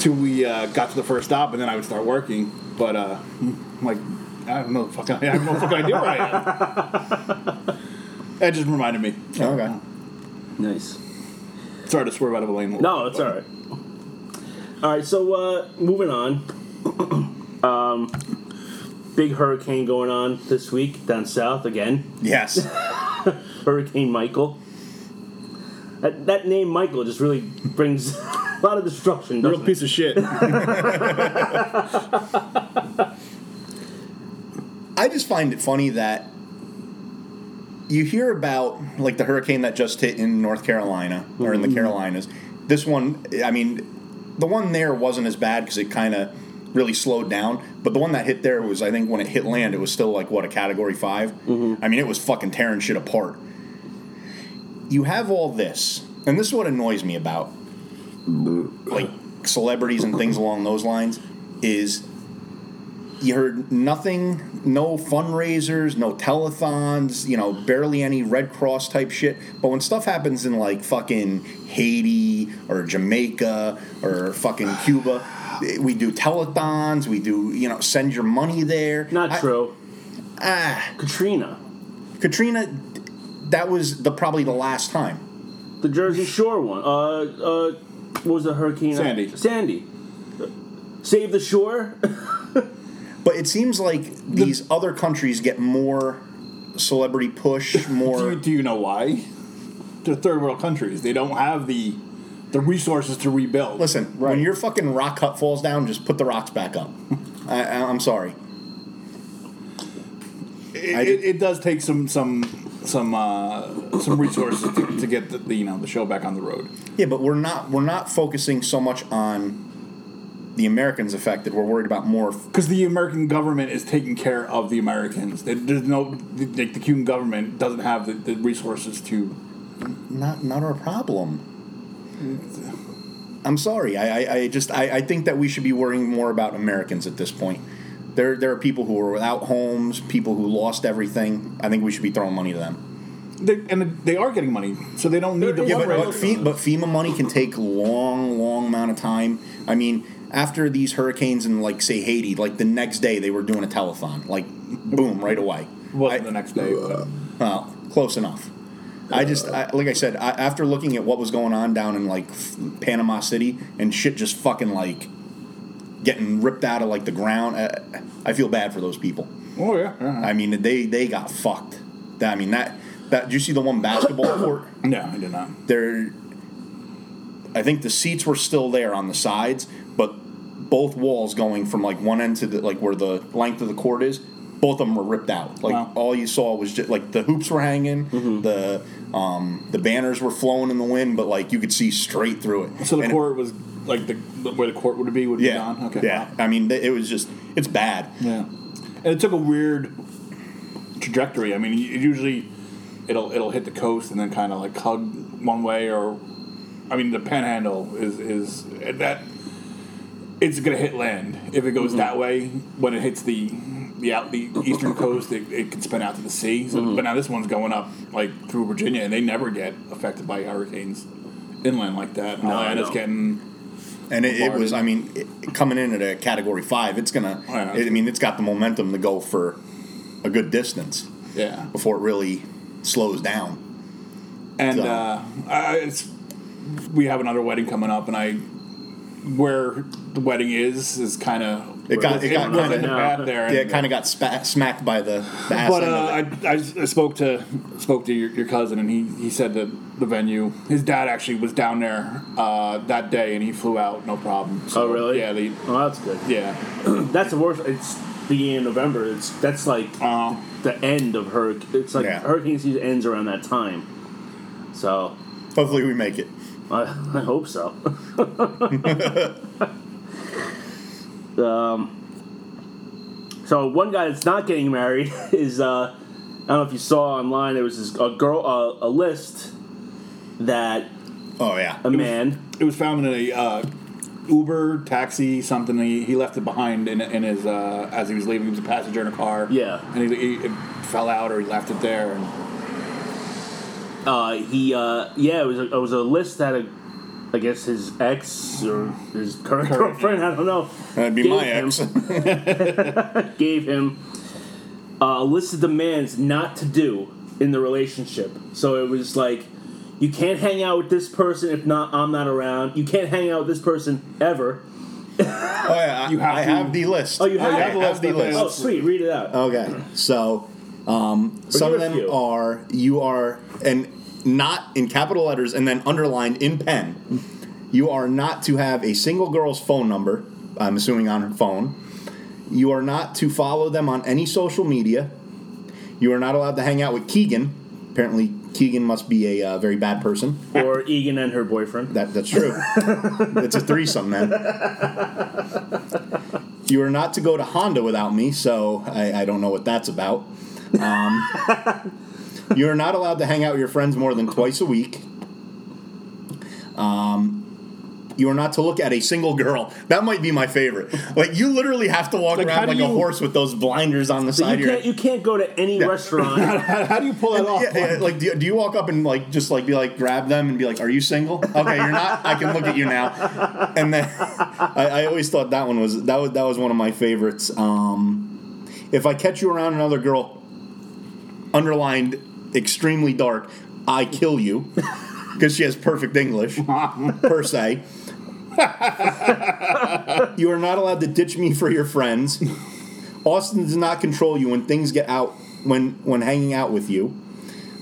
E: till we uh, got to the first stop, and then I would start working." But uh, I'm like, I don't know, the fuck, I have no fucking idea where I am. That just reminded me.
D: Okay.
C: Nice.
E: Sorry to swerve out of a lane.
C: No, it's all right. All right, so uh, moving on. um, big hurricane going on this week down south again.
D: Yes.
C: Hurricane Michael. That, that name Michael just really brings a lot of destruction.
E: Real
C: Doesn't it?
E: piece of shit.
D: I just find it funny that you hear about like the hurricane that just hit in North Carolina or in the Carolinas. This one, I mean, the one there wasn't as bad because it kind of really slowed down. But the one that hit there was, I think, when it hit land, it was still like what a Category 5 I mean, it was fucking tearing shit apart. You have all this, and this is what annoys me about like celebrities and things along those lines is you heard nothing, no fundraisers, no telethons, you know, barely any Red Cross type shit. But when stuff happens in like fucking Haiti or Jamaica or fucking Cuba, we do telethons, we do, you know, send your money there.
C: Not
D: I-
C: true.
D: Ah,
C: Katrina,
D: Katrina, that was the probably the last time.
C: the Jersey Shore one. Uh, uh, what was the hurricane?
E: Sandy.
C: Sandy. Save the shore.
D: But it seems like these other countries get more celebrity push,
E: Do you,
D: more.
E: do you know why? They're third world countries. They don't have the the resources to rebuild.
D: Listen,
E: Right.
D: when your fucking rock cut falls down, just put the rocks back up. I, I, I'm sorry. I
E: it,
D: did-
E: it, it does take some some some uh, some resources to, to get the, the you know the show back on the road.
D: Yeah, but we're not we're not focusing so much on the Americans affected. We're worried about more. f-
E: Because the American government is taking care of the Americans. They, there's no the, the the Cuban government doesn't have the, the resources to.
D: Not not our problem. I'm sorry. I, I, I just I, I think that we should be worrying more about Americans at this point. There there are people who are without homes, people who lost everything. I think we should be throwing money to them.
E: They, and they are getting money, so they don't need to
D: Yeah, but
E: worry.
D: but, FEMA, but FEMA money can take long, long amount of time. I mean, after these hurricanes in like say Haiti, like the next day they were doing a telethon, like boom, right away.
E: Wasn't
D: I-
E: the next day. but-
D: Well, close enough. I just, I, like I said, I, after looking at what was going on down in like f- Panama City and shit just fucking like getting ripped out of like the ground, uh, I feel bad for those people.
E: oh yeah, yeah.
D: I mean, they they got fucked. That- I mean that that. Did you see the one basketball court?
E: no, I did not.
D: There, I think the seats were still there on the sides, but both walls going from like one end to the like where the length of the court is, both of them were ripped out. Like
E: Wow. Mm-hmm.
D: all you saw was just like the hoops were hanging, the um, the banners were flowing in the wind, but like you could see straight through it.
E: So the
D: And-
E: court was like the where the court would be would
D: yeah,
E: be gone. Okay,
D: yeah. I mean, th- it was just it's bad.
E: Yeah, and it took a weird trajectory. I mean, u- usually it'll it'll hit the coast and then kind of like hug one way, or I mean, the Panhandle is is that it's gonna hit land if it goes
D: Mm-hmm.
E: that way. When it hits the the out the eastern coast, it, it can spin out to the sea. So,
D: Mm-hmm.
E: But now this one's going up like through Virginia, and they never get affected by hurricanes inland like that. No, and it's
C: no.
E: getting
D: And it, it was,
E: Bombarded.
D: I mean, it, coming in at a category five, it's gonna.
E: Yeah.
D: It, I mean, it's got the momentum to go for a good distance
E: yeah.
D: before it really slows down.
E: and
D: So-
E: uh, I, it's we have another wedding coming up, and I where the wedding is is kind of
D: It got- it got
E: was
D: kinda-
E: in the bad there.
D: Yeah, it
E: and-
D: kind of got spa- smacked by the, the ass
E: But
D: end of it.
E: uh, I, I, s- I spoke to spoke to your, your cousin, and he, he said that the venue, his dad actually was down there uh, that day, and he flew out no problem. So,
C: Oh, really?
E: Yeah, they,
C: Oh, that's good.
E: yeah.
C: That's the worst. It's beginning of November. It's that's like
E: Uh,
C: the end of hurricane. It's like
D: Yeah.
C: hurricane season ends around that time. So
D: Hopefully, we make it.
C: I, I hope so. um, so one guy that's not getting married is uh, I don't know if you saw online. There was this, a girl uh, a list that
D: Oh yeah,
C: a man.
E: it was found in a uh, Uber taxi something. He, he left it behind in, in his uh, as he was leaving. He was a passenger in a car.
C: Yeah.
E: and he, he it fell out or he left it there. And
C: Uh, he uh, yeah, it was a, it was a list that a, I guess his ex or his current, girlfriend. I don't know.
D: that'd be
C: gave
D: my
C: him-
D: ex. Oh,
C: gave him uh, a list of demands not to do in the relationship. So it was like, you can't hang out with this person if not I'm not around. You can't hang out with this person ever.
D: Oh yeah, I,
E: You have
D: I
E: to-
D: have the list.
C: Oh, you have
D: I
C: the
D: have
E: list,
D: the
E: okay.
D: list.
C: Oh, sweet, read it out.
D: Okay, so um, some
C: give
D: of
C: a
D: them
C: few.
D: are you are and not in capital letters and then underlined in pen. You are not to have a single girl's phone number. I'm assuming on her phone. You are not to follow them on any social media. You are not allowed to hang out with Keegan. Apparently, Keegan must be a uh, very bad person.
C: Or Egan and her boyfriend.
D: That that's true. it's a threesome, man. You are not to go to Honda without me, so I, I don't know what that's about. Um, you are not allowed to hang out with your friends more than twice a week. Um, you are not to look at a single girl. That might be my favorite. Like you literally have to walk
E: Like, how
D: around
E: do
D: like a
E: you-
D: horse with those blinders on the
C: So
D: side.
C: you
D: of your-
C: can't you can't go to any restaurant.
E: how, how do you pull that off?
D: yeah, yeah, like do you, do you walk up and like just like be like grab them and be like, "Are you single? Okay, you're not. I can look at you now." And then I, I always thought that one was that was that was one of my favorites. Um, if I catch you around another girl, underlined extremely dark, I kill you because she has perfect English per se. you are not allowed to ditch me for your friends. Austin does not control you when things get out when when hanging out with you.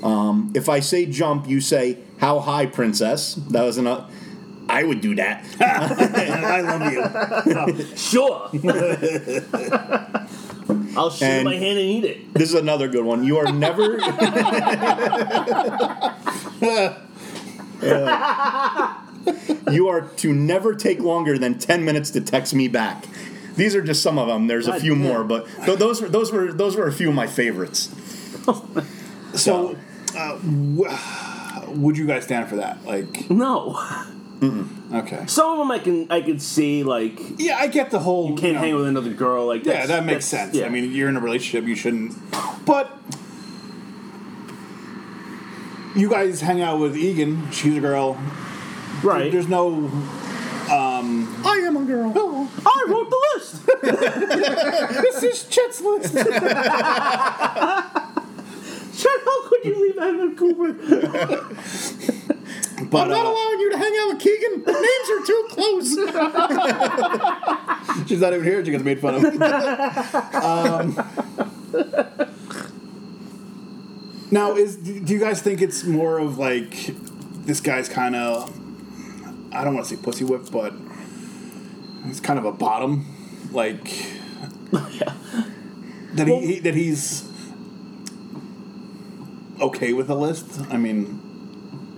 D: Um, if I say jump, you say how high, princess. That was enough. I would do that. I love you.
C: sure. I'll shoot
D: And-
C: my hand and eat it.
D: This is another good one. You are never. you are to never take longer than ten minutes to text me back. These are just some of them. There's a
C: God
D: few
C: damn.
D: more, but th- those were those were those were a few of my favorites.
E: So, uh, w- would you guys stand for that? Like,
C: No.
E: Okay.
C: Some of them I can I can see like
E: Yeah, I get the whole.
C: can't hang with another girl like
E: Yeah,
C: that's-
E: that makes
C: that's-
E: sense.
C: yeah.
E: I mean, you're in a relationship, you shouldn't. But you guys hang out with Egan. She's a girl.
C: right?
E: There's no.
D: I am a girl.
C: I wrote the list.
E: This is Chet's list.
C: Chad, how could you leave Adam Cooper?
E: But
D: I'm not
E: uh,
D: allowing you to hang out with Keegan. The names are too close.
E: she's not even here. She gets made fun of. um, now, is do you guys think it's more of like this guy's kind of? I don't want to say pussy whip, but he's kind of a bottom, like that. He, he that he's okay with a list. I mean,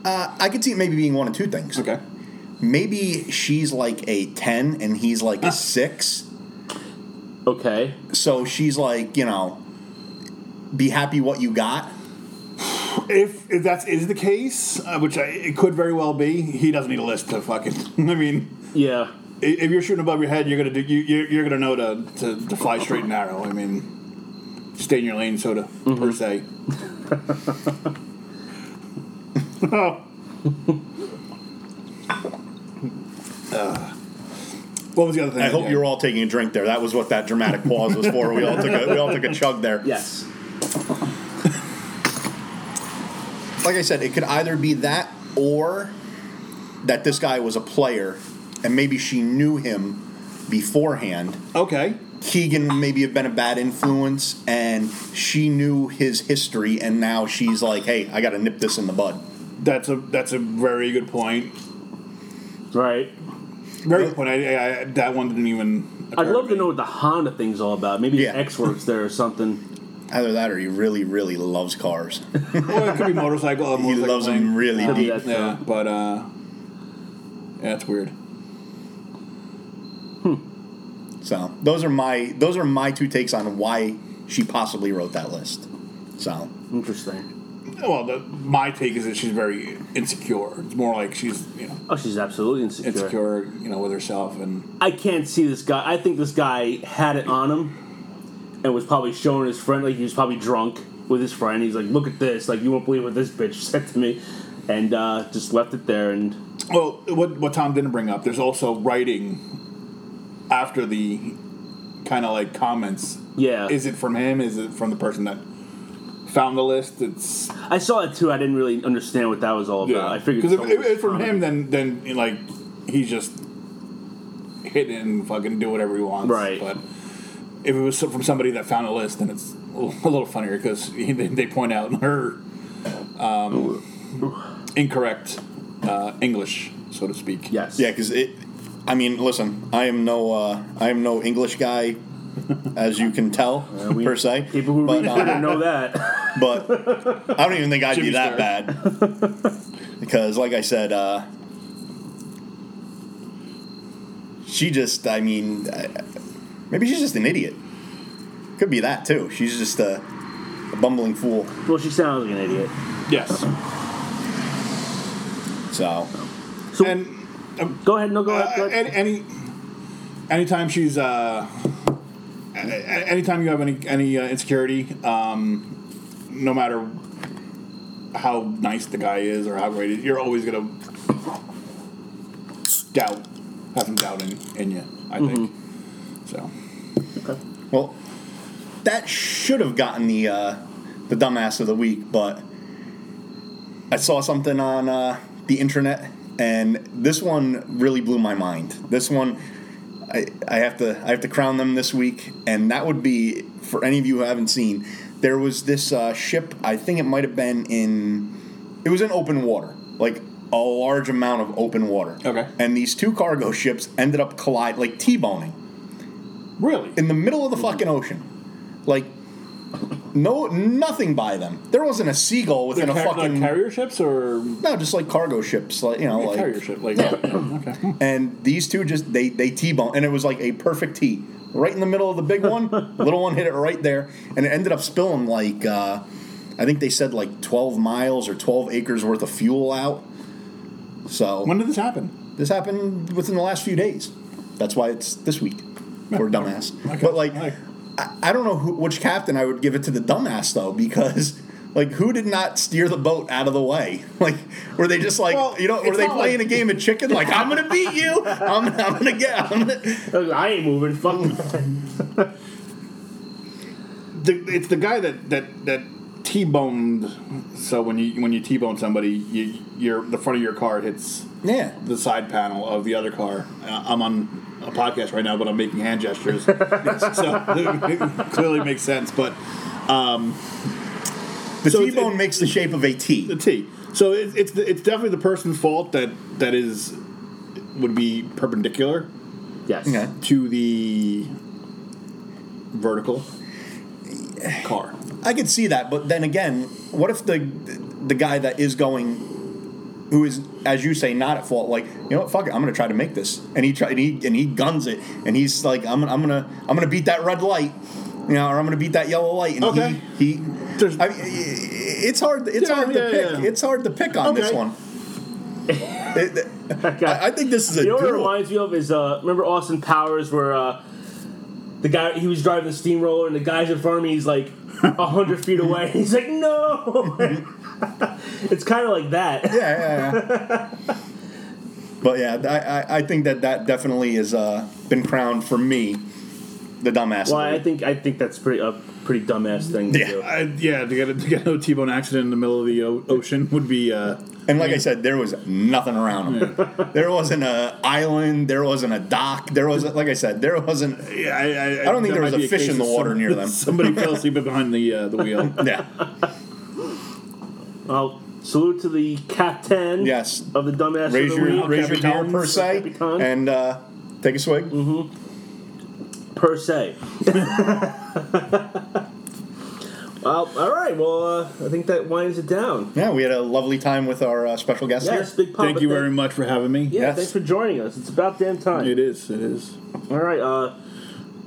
D: I could see it maybe being one of two things.
E: okay.
D: Maybe she's like a 10 and he's like
C: Ah.
D: a 6.
C: Okay.
D: So she's like, you know, be happy what you got.
E: If, if that is the case, uh, which I, it could very well be, he doesn't need a list to fucking. I mean,
C: Yeah.
E: i- if you're shooting above your head, you're gonna do. You, you're, you're gonna know to, to, to fly straight and narrow. I mean, stay in your lane, so to
C: Mm-hmm.
E: per se. oh. Uh, what was the other thing?
D: I hope
E: Yeah.
D: you're all taking a drink there. That was what that dramatic pause was for. We all took a, we all took a chug there.
C: Yes.
D: Like I said, it could either be that or that this guy was a player and maybe she knew him beforehand.
E: okay.
D: Keegan maybe have been a bad influence and she knew his history and now she's like, hey, I got to nip this in the bud.
E: That's a that's a very good point.
C: Right.
E: Very good point. I, I, that one didn't even.
C: I'd
E: occur
C: love to
E: me.
C: know what the Honda thing's all about. Maybe
D: Yeah.
C: the X works there or something.
D: Either that or he really, really loves cars.
E: Well, it could be motorcycle. or
D: he
E: motorcycle
D: loves
E: thing.
D: them really
C: Could be
D: deep.
C: that too.
E: Yeah, but uh, yeah, it's weird.
D: So those are my those are my two takes on why she possibly wrote that list. So
C: Interesting.
E: Well, the, my take is that she's very insecure. It's more like she's you know
C: Oh, she's absolutely insecure.
E: insecure, you know, with herself, and
C: I can't see this guy. I think this guy had it on him and was probably showing his friend, like he was probably drunk with his friend. He's like, look at this. Like, you won't believe what this bitch said to me. And uh, just left it there. And
E: well, what what Tom didn't bring up. There's also writing after the kind of like comments.
C: yeah.
E: Is it from him? Is it from the person that found the list? It's
C: I saw it too. I didn't really understand what that was all about. I figured
E: because if,
C: someone
E: if
C: was
E: it's from
C: trying-
E: him, then then you know, like he's just hit it and fucking do whatever he wants.
C: Right.
E: But if it was so- from somebody that found a list, then it's a little funnier because they, they point out her um, incorrect uh, English, so to speak.
C: Yes.
D: yeah, because it. I mean, listen, I am no uh, I am no English guy, as you can tell
C: we-
D: per se.
C: People who
D: but,
C: read
D: um,
C: Twitter know that.
D: but I don't even think I'd
E: Jimmy
D: be that
E: Star.
D: bad because, like I said, uh, she just. I mean, I- maybe she's just an idiot. Could be that too. She's just a, a bumbling fool.
C: well, she sounds like an idiot.
E: Yes.
D: So
C: So
E: And
C: go ahead. No, go ahead. Go
E: Uh,
C: ahead.
E: any, any anytime she's uh, a- a- anytime you have any any uh, insecurity, um, no matter how nice the guy is or how great it, you're always gonna doubt have some doubt in, in you. I think
D: Mm-hmm.
E: so.
D: Well, that should have gotten the uh, the dumbass of the week, but I saw something on uh, the internet, and this one really blew my mind. This one, I, I have to I have to crown them this week, and that would be for any of you who haven't seen. There was this uh, ship. I think it might have been in. It was in open water, like a large amount of open water.
E: Okay.
D: And these two cargo ships ended up collide, like t-boning
E: Really?
D: in the middle of the fucking ocean. Like no nothing by them. There wasn't a seagull within
E: Like
D: a
E: car-
D: fucking
E: like carrier ships or
D: no, just like cargo ships, like you know, like
E: carrier ship like okay.
D: and these two just they they t-bone and it was like a perfect t right in the middle of the big one little one hit it right there and it ended up spilling like uh, i think they said like 12 miles or 12 acres worth of fuel out so
E: When did this happen?
D: This happened within the last few days. That's why it's this week. Poor dumbass. But like,
E: Okay.
D: I, I don't know who, which captain I would give it to the dumbass though, because like, who did not steer the boat out of the way? Like, were they just like,
E: Well,
D: you know, were
E: it's
D: they
E: not
D: playing
E: like-
D: a game of chicken? Like, I'm gonna beat you. I'm, I'm gonna get. I'm gonna.
C: Uh, I ain't moving. Fuck.
E: the, it's the guy that that that t-boned. So when you when you t-bone somebody, you your the front of your car hits
D: Yeah.
E: the side panel of the other car. Uh, I'm on a podcast right now, but I'm making hand gestures, so it clearly makes sense. But
D: The
E: So it's-
D: T-bone
E: it-
D: makes the shape of a T.
E: the T. So it, it's the, it's definitely the person's fault that that is would be perpendicular
C: yes.
D: Okay.
E: to the vertical car.
D: I could see that, but then again, what if the the guy that is going, who is as you say not at fault, like you know what, fuck it, I'm gonna try to make this, and he try and he and he guns it, and he's like, I'm gonna I'm gonna I'm gonna beat that red light, you know, or I'm gonna beat that yellow light, and
E: Okay.
D: he he.
E: There's-
D: I mean, it's hard. It's
E: Yeah,
D: hard to
E: yeah,
D: pick.
E: yeah.
D: It's hard to pick on this
E: Okay.
D: one. It- it- I, I think this is a
C: You know what it
D: duel.
C: reminds me of is uh, remember Austin Powers where uh, the guy he was driving the steamroller and the guy's in front of me. He's like a hundred feet away. He's like, no. it's kind of like that.
D: yeah, yeah, yeah. but yeah, I, I, I think that that definitely has uh, been crowned for me the dumbass.
C: Well,
D: of the
C: I
D: week.
C: think I think that's pretty a pretty dumbass thing to
D: Yeah.
C: do.
E: I, yeah, to get a, to get a T-bone accident in the middle of the o- ocean would be. Uh,
D: and like I said, there was nothing around him. there wasn't a island. There wasn't a dock. There wasn't, like I said, there wasn't.
E: yeah, I, I,
D: I don't think
E: that
D: there was
E: might
D: a
E: be
D: fish
E: case
D: in the
E: of
D: water near them.
E: Somebody fell asleep behind the uh, the wheel.
D: Yeah,
C: Well, salute to the captain.
D: Yes.
C: Of the dumbass.
D: raise
C: of the
D: your
C: week,
D: raise your beer
E: Capitans.
D: per se
C: Capitans. Mm-hmm.
D: and uh, take a swig.
C: per se. Uh, all right. Well, uh, I think that winds it down.
D: Yeah, we had a lovely time with our uh, special guest
C: Yes,
D: here.
C: big pop.
E: Thank you very much for having me.
C: Yeah,
D: Yes.
C: thanks for joining us. It's about damn time.
E: It is. It is.
C: All right. Uh,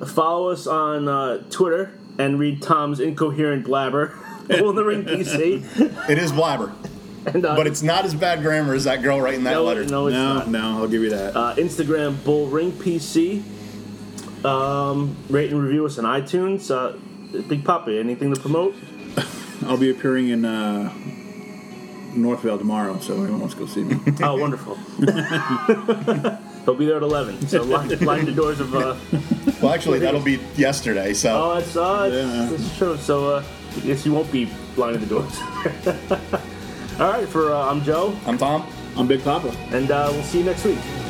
C: follow us on uh, Twitter and read Tom's incoherent blabber on the ring PC.
D: It is blabber,
C: And, uh,
D: but it's not as bad grammar as that girl writing that
C: no,
D: letter.
C: No, it's
E: no,
C: not.
E: no, I'll give you that.
C: Uh, Instagram bull ring PC. Um, rate and review us on iTunes. Uh, Big Poppy, anything to promote?
E: I'll be appearing in uh, Northvale tomorrow, so anyone wants to go see me.
C: Oh, wonderful. He'll be there at 11, so line, line the doors of. Uh,
D: Well, actually, that'll be yesterday. So.
C: oh, it's, uh, it's,
E: Yeah.
C: it's true. So, uh, I guess you won't be lining the doors. All right, for uh, I'm Joe,
D: I'm Tom.
E: I'm Big Papa.
C: and uh, we'll see you next week.